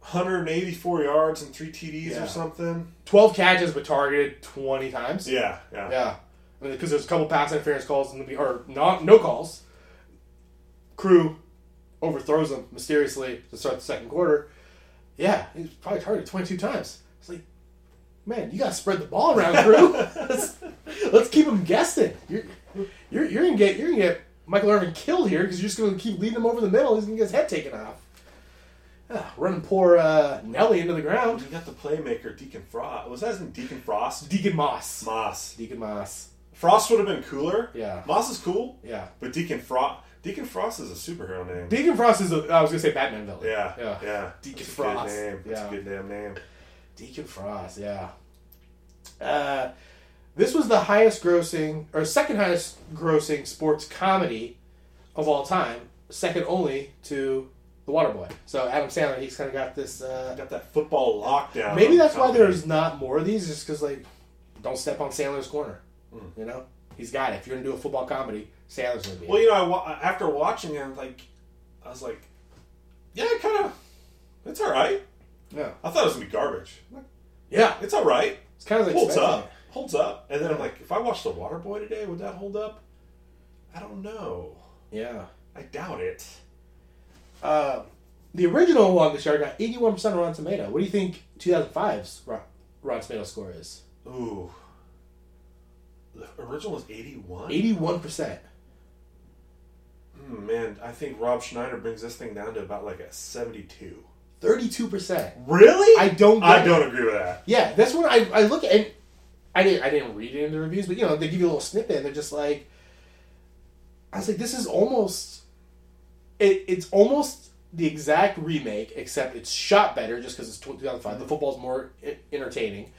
184 yards and three TDs Yeah. or something. Twelve catches, but targeted twenty times. Yeah, yeah. yeah. Because there's a couple pass interference calls and the or not no calls. Crew overthrows him mysteriously to start the second quarter. Yeah, he's probably targeted twenty two times. It's like, man, you gotta spread the ball around, crew. let's, let's keep him guessing. You're, you're you're gonna get you're gonna get Michael Irvin killed here because you're just gonna keep leading him over the middle. He's gonna get his head taken off. Ah, running poor uh, Nelly into the ground. You got the playmaker Deacon Frost. Was that his name? Deacon Frost? Deacon Moss. Moss. Deacon Moss. Frost would have been cooler. Yeah. Moss is cool. Yeah. But Deacon Frost. Deacon Frost is a superhero name. Deacon Frost is a, I was gonna say Batman villain. yeah, yeah, yeah, Deacon That's a Frost. Good name. That's Yeah. a good damn name. Deacon Frost, yeah. Uh, this was the highest grossing or second highest grossing sports comedy of all time, second only to The Waterboy. So Adam Sandler, he's kind of got this. Uh, Got that football lockdown. maybe that's why Comedy. there's not more of these, just because like Don't step on Sandler's corner. Hmm. You know, he's got it. If you're gonna do a football comedy, Sandler's gonna be. Well, it. you know, I wa- after watching him, like, I was like, yeah, kind of, it's all right. Yeah, I thought it was gonna be garbage. yeah. It's all right. It's kind of like holds up, holds up. And then I'm like, if I watched The Water Boy today, would that hold up? I don't know. Yeah. I doubt it. Uh, the original Longest Yard got 81% on Rotten Tomato. What do you think 2005's Ro- Rotten Tomato score is? Ooh, the original is eighty-one. 81%. Hmm, man, I think Rob Schneider brings this thing down to about like a seventy-two. 32%. Really? I don't get I it. don't agree with that. Yeah, that's what I, I look at. And I didn't I didn't read it in the reviews, but you know they give you a little snippet. and They're just like, I was like, this is almost, it, it's almost the exact remake, except it's shot better just because it's 2005. The football's more e- entertaining,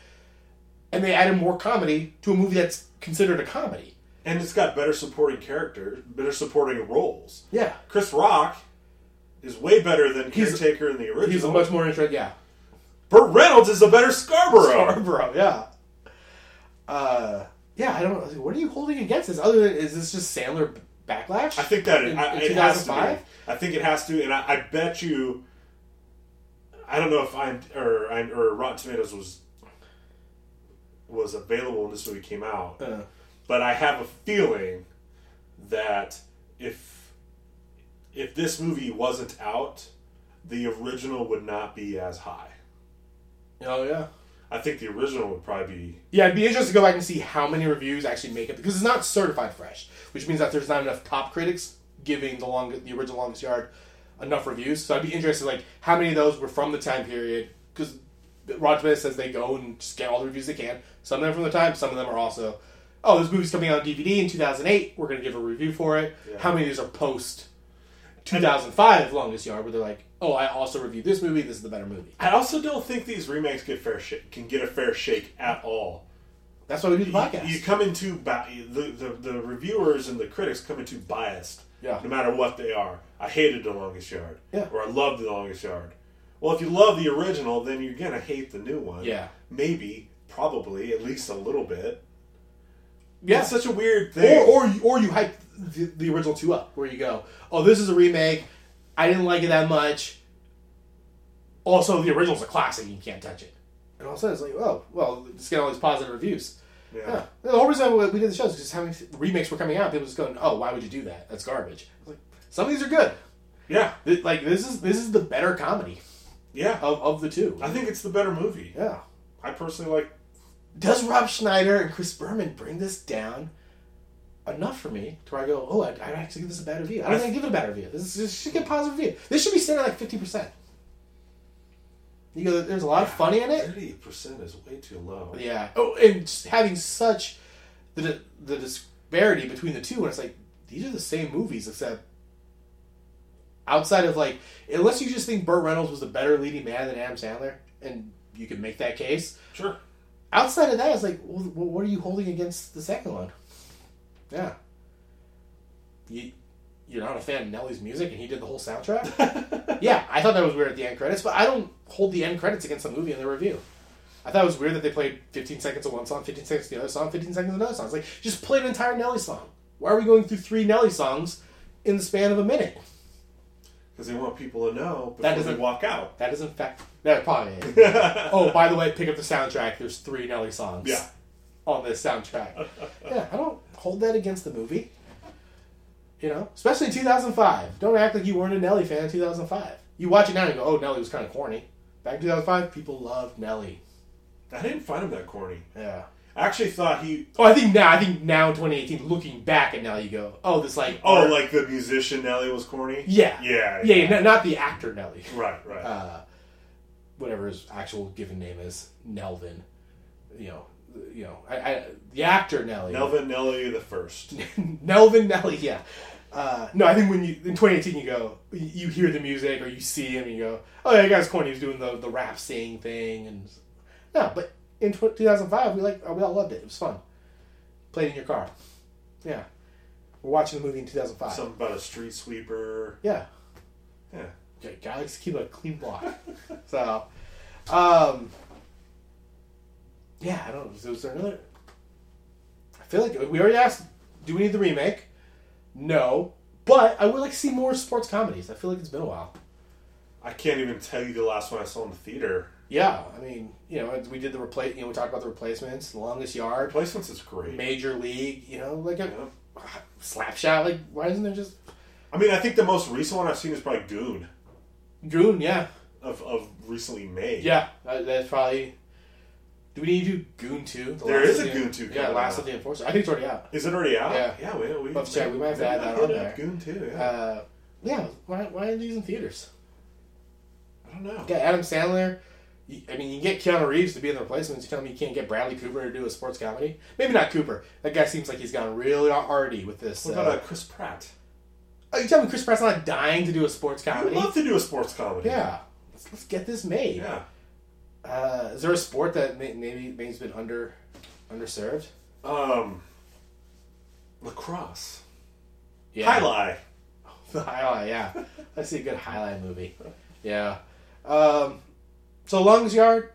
and they added more comedy to a movie that's considered a comedy. And it's got better supporting characters, better supporting roles. Yeah, Chris Rock is way better than He's- Caretaker in the original. he's a much more interesting. Yeah, Burt Reynolds is a better Scarborough. Scarborough. Yeah. Uh, yeah, I don't. What are you holding against this? Other than is this just Sandler backlash? I think that it, In- I, in it has to. 2005? Be. I think it has to, and I, I bet you. I don't know if I'm or I'm, or Rotten Tomatoes was was available when this movie came out, Uh. but I have a feeling that if if this movie wasn't out, the original would not be as high. Oh yeah. I think the original would probably be Yeah, it'd be interesting to go back and see how many reviews actually make it because it's not certified fresh, which means that there's not enough top critics giving the long the original longest yard enough reviews. So I'd be interested like how many of those were from the time period because Roger Smith says they go and just get all the reviews they can. Some of them from the time, some of them are also, oh, this movie's coming out on DVD in 2008. We're gonna give a review for it. How many of these are post 2005 longest yard where they're like, oh, I also reviewed this movie. This is the better movie. I also don't think these remakes get fair sh- can get a fair shake at all. That's why we do the You- podcast. You, come into ba- the, the the reviewers and the critics come into biased. Yeah. No matter what they are, I hated The Longest Yard. Yeah. Or I loved The Longest Yard. Well, if you love the original, then you're gonna hate the new one. Yeah. Maybe, probably, at least a little bit. yeah. It's such a weird thing. or or you- or you hype the, the original two up, where you go, oh, this is a remake. I didn't like it that much. Also, the original's a classic; you can't touch it. And all of a sudden, it's like, oh, well, it's getting all these positive reviews. Yeah. Yeah. The whole reason why we did the show is because how many remakes were coming out. People just going, oh, why would you do that? That's garbage. I was like, some of these are good. yeah, Th- Like this is this is the better comedy yeah. of, of the two. I think it's the better movie. Um, Yeah. I personally like. does Rob Schneider and Chris Berman bring this down enough for me to where I go, oh, I'd, I'd actually give this a bad review. I don't think I give it a bad review. This, is, this should get a positive review. This should be sitting at like fifty percent. You go, there's a lot of funny in it. Thirty percent is way too low. Yeah. Oh, and just having such the the disparity between the two, and it's like these are the same movies except. Outside of like, unless you just think Burt Reynolds was the better leading man than Adam Sandler, and you can make that case, Sure. outside of that, it's like, well, well, what are you holding against the second one? Yeah. You, you're not a fan of Nelly's music, and he did the whole soundtrack. yeah, I thought that was weird at the end credits, but I don't hold the end credits against the movie in the review. I thought it was weird that they played 15 seconds of one song, 15 seconds of the other song, 15 seconds of another song. It's like just play an entire Nelly song. Why are we going through three Nelly songs in the span of a minute? Because they want people to know That before they doesn't- walk out. That is in fact that probably is. oh, by the way, pick up the soundtrack. There's three Nelly songs. Yeah. On this soundtrack. yeah, I don't hold that against the movie. You know, especially in 2005. Don't act like you weren't a Nelly fan in 2005. You watch it now and you go, "Oh, Nelly was kind of corny." Back in 2005, people loved Nelly. I didn't find him that corny. Yeah. I actually thought he Oh, I think now. I think now in 2018, looking back at Nelly, you go, "Oh, this like Oh, art- like the musician Nelly was corny? yeah, Yeah. yeah, yeah, no- not the actor Nelly." Right, right. Ah. whatever his actual given name is, Nelvin. You know, you know, I, I the actor Nelly. Nelvin Nelly the first. Nelvin Nelly, yeah. Uh, no, I think when you in 2018 you go, you hear the music or you see him, and you go, oh yeah, that guy's corny. He's doing the the rap singing thing, and no, but in tw 2005 we like we all loved it. It was fun. Played in your car, yeah. We're watching the movie in 2005. Something about a street sweeper. yeah. Yeah. Yeah, guy likes to keep a clean block. so, um, yeah, I don't. Was there another? feel like we already asked, do we need the remake? No, but I would like to see more sports comedies. I feel like it's been a while. I can't even tell you the last one I saw in the theater. Yeah, I mean, you know, we did the replace. You know, we talked about the replacements, the longest yard, Placements is great. major league. You know, like a slap shot. Like, why isn't there just I mean, I think the most recent one I've seen is probably Goon goon? Yeah, of, of recently made. yeah, that, that's probably. Do we need to do Goon Two? The There last is of a the- Goon 2 Yeah, coming last out. of the enforcer. I think it's already out. Is it already out? Yeah. Yeah, we, we, Let's check, we might have to add that maybe on I'll hit up there. Goon too. Yeah. Uh, yeah, why, why are these in theaters? I don't know. Yeah, Adam Sandler. you- I mean, you can get Keanu Reeves to be in the replacements. You tell me you can't get Bradley Cooper to do a sports comedy? Maybe not Cooper. That guy seems like he's gone really arty with this. What uh, about uh, Chris Pratt? Oh, you tell me Chris Pratt's not dying to do a sports I would comedy? love to do a sports comedy. Yeah. Let's, let's get this made. Yeah. Uh, is there a sport that may, maybe maybe's been under underserved? Um, lacrosse. Yeah. High lie. The highlight, oh, yeah. I see a good highlight movie. Yeah. Um, so Long's Yard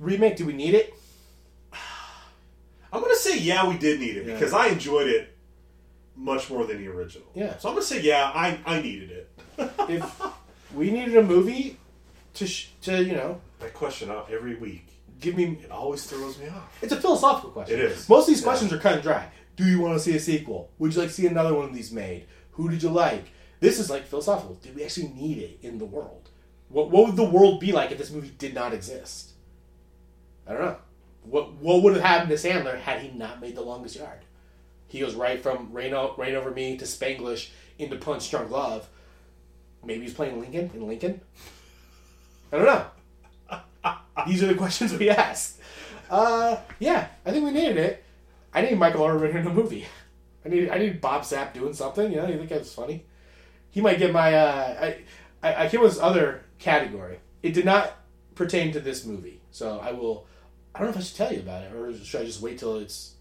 remake. Do we need it? I'm gonna say yeah, we did need it because I enjoyed it much more than the original. Yeah. So I'm gonna say yeah, I I needed it. If we needed a movie to sh- to you know That question out every week. give me, It always throws me off. it's a philosophical question. It is. Most of these Yeah. questions are cut and dry. Do you want to see a sequel? Would you like to see another one of these made? Who did you like? This is like philosophical. Do we actually need it in the world? What what would the world be like if this movie did not exist? I don't know. What what would have happened to Sandler had he not made The Longest Yard? He goes right from Rain, o- Rain Over Me to Spanglish into Punch Drunk Love. Maybe he's playing Lincoln in Lincoln. I don't know. These are the questions we ask. Uh, yeah, I think we needed it. I need Michael Irvin in a movie. I need I need Bob Sapp doing something. You know, you think that's funny? He might get my. Uh, I, I I came up with this other category. It did not pertain to this movie, so I will. I don't know if I should tell you about it, or should I just wait till it's.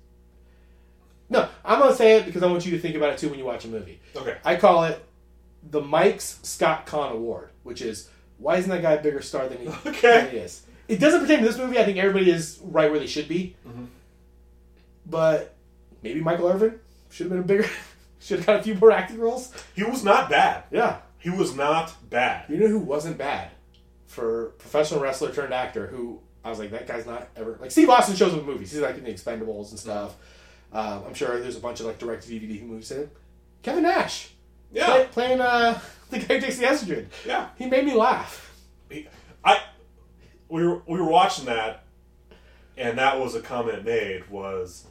No, I'm gonna say it because I want you to think about it too when you watch a movie. Okay. I call it the Mike's Scott Conn Award, which is why isn't that guy a bigger star than he, Okay. than he is? It doesn't pertain to this movie. I think everybody is right where they should be. But maybe Michael Irvin should have been a bigger, should have got a few more acting roles. He was not bad. Yeah. He was not bad. You know who wasn't bad for professional wrestler turned actor who I was like, that guy's not ever. Like, Steve Austin shows up in movies. He's like in the Expendables and stuff. Um, I'm sure there's a bunch of like direct to DVD movies in it. Kevin Nash. Play- Yeah. playing uh, the guy who takes the estrogen. Yeah. He made me laugh. He- I we were we were watching that, and that was a comment made was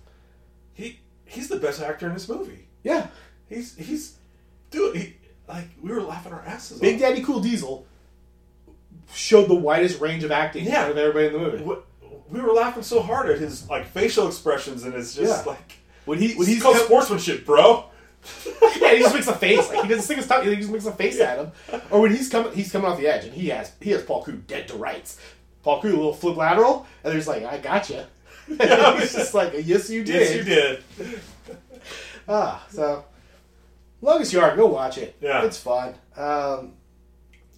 he he's the best actor in this movie. Yeah. He's he's dude he, like we were laughing our asses Big off. Daddy Cool Diesel showed the widest range of acting Yeah. out of everybody in the movie. What- we were laughing so hard at his like facial expressions and it's just Yeah. like When he when he's he's called sportsmanship, bro. yeah, he just makes a face. Like he doesn't stick his tongue. He just makes a face at him. Or when he's coming, he's coming off the edge, and he has he has Paul Crew dead to rights. Paul Crew a little flip lateral, and there's like, I gotcha. And he's just like, yes, you did. Yes, you did. So, longest yard, go watch it. Yeah. it's fun. Um,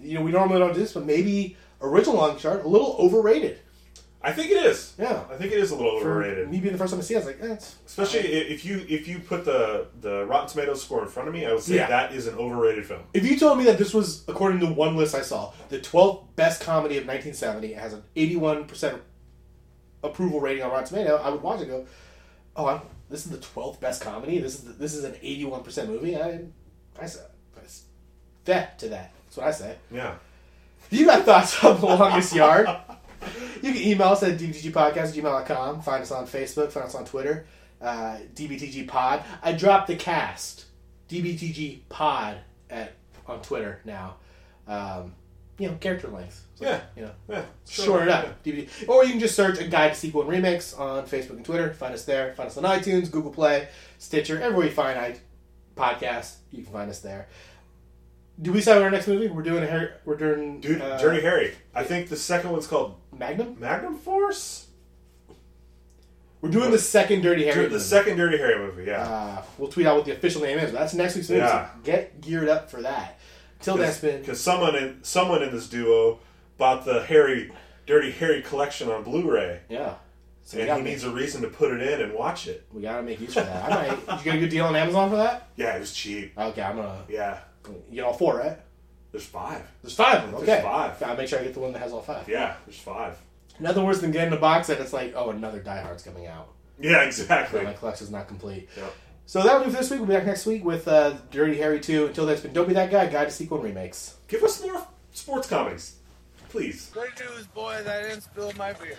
you know, we normally don't do this, but maybe original longest yard a little overrated. I think it is. Yeah. I think it is a little For overrated. Me being the first time I see, it, I was like, eh, it's Especially i- if you if you put the the Rotten Tomatoes score in front of me, I would say Yeah. that is an overrated film. If you told me that this was, according to one list I saw, the 12th best comedy of 1970, it has an 81% approval rating on Rotten Tomato, I would watch it and go, oh, I'm, this is the 12th best comedy? This is the, this is an 81% movie? I, I said, that's that to that. That's what I say. Yeah. If you got thoughts on The Longest Yard, you can email us at dbtgpodcast.gmail.com. Find us on Facebook. Find us on Twitter. Uh, DBTG Pod. I dropped the cast. DBTG Pod at, on Twitter now. Um, you know, character length. So, Yeah. You know, Yeah. shorten it up. DBT. Or you can just search A Guide to Sequel and Remix on Facebook and Twitter. Find us there. Find us on iTunes, Google Play, Stitcher, everywhere you find I- podcasts, you can find us there. Do we decide what our next movie? We're doing a Harry, we're doing Dude, uh, Dirty Harry. I think the second one's called Magnum. Magnum Force. We're doing the second Dirty Harry. Dude, the movie. second Dirty Harry movie. Yeah. Uh, we'll tweet out what the official name is. But that's next week's movie. Yeah. So get geared up for that. Till that's been Because someone in someone in this duo bought the Harry Dirty Harry collection on Blu-ray. yeah. So we and gotta, he make, needs a reason to put it in and watch it. we gotta make use of that. I might. Did you get a good deal on Amazon for that? Yeah, it was cheap. Okay, I'm gonna. Yeah, You get all four, right? there's five. There's five of them. Okay. There's five. Gotta make sure I get the one that has all five. Yeah, there's five. Nothing worse than getting a box and it's like, oh, another Die Hard's coming out. Yeah, So exactly. my collection's not complete. Yep. So that'll do for this week. We'll be back next week with uh, Dirty Harry 2. Until then, it's been Don't Be That Guy, Guide to Sequel and Remakes. Give us more sports comics, please. Great news, boys. I didn't spill my beer.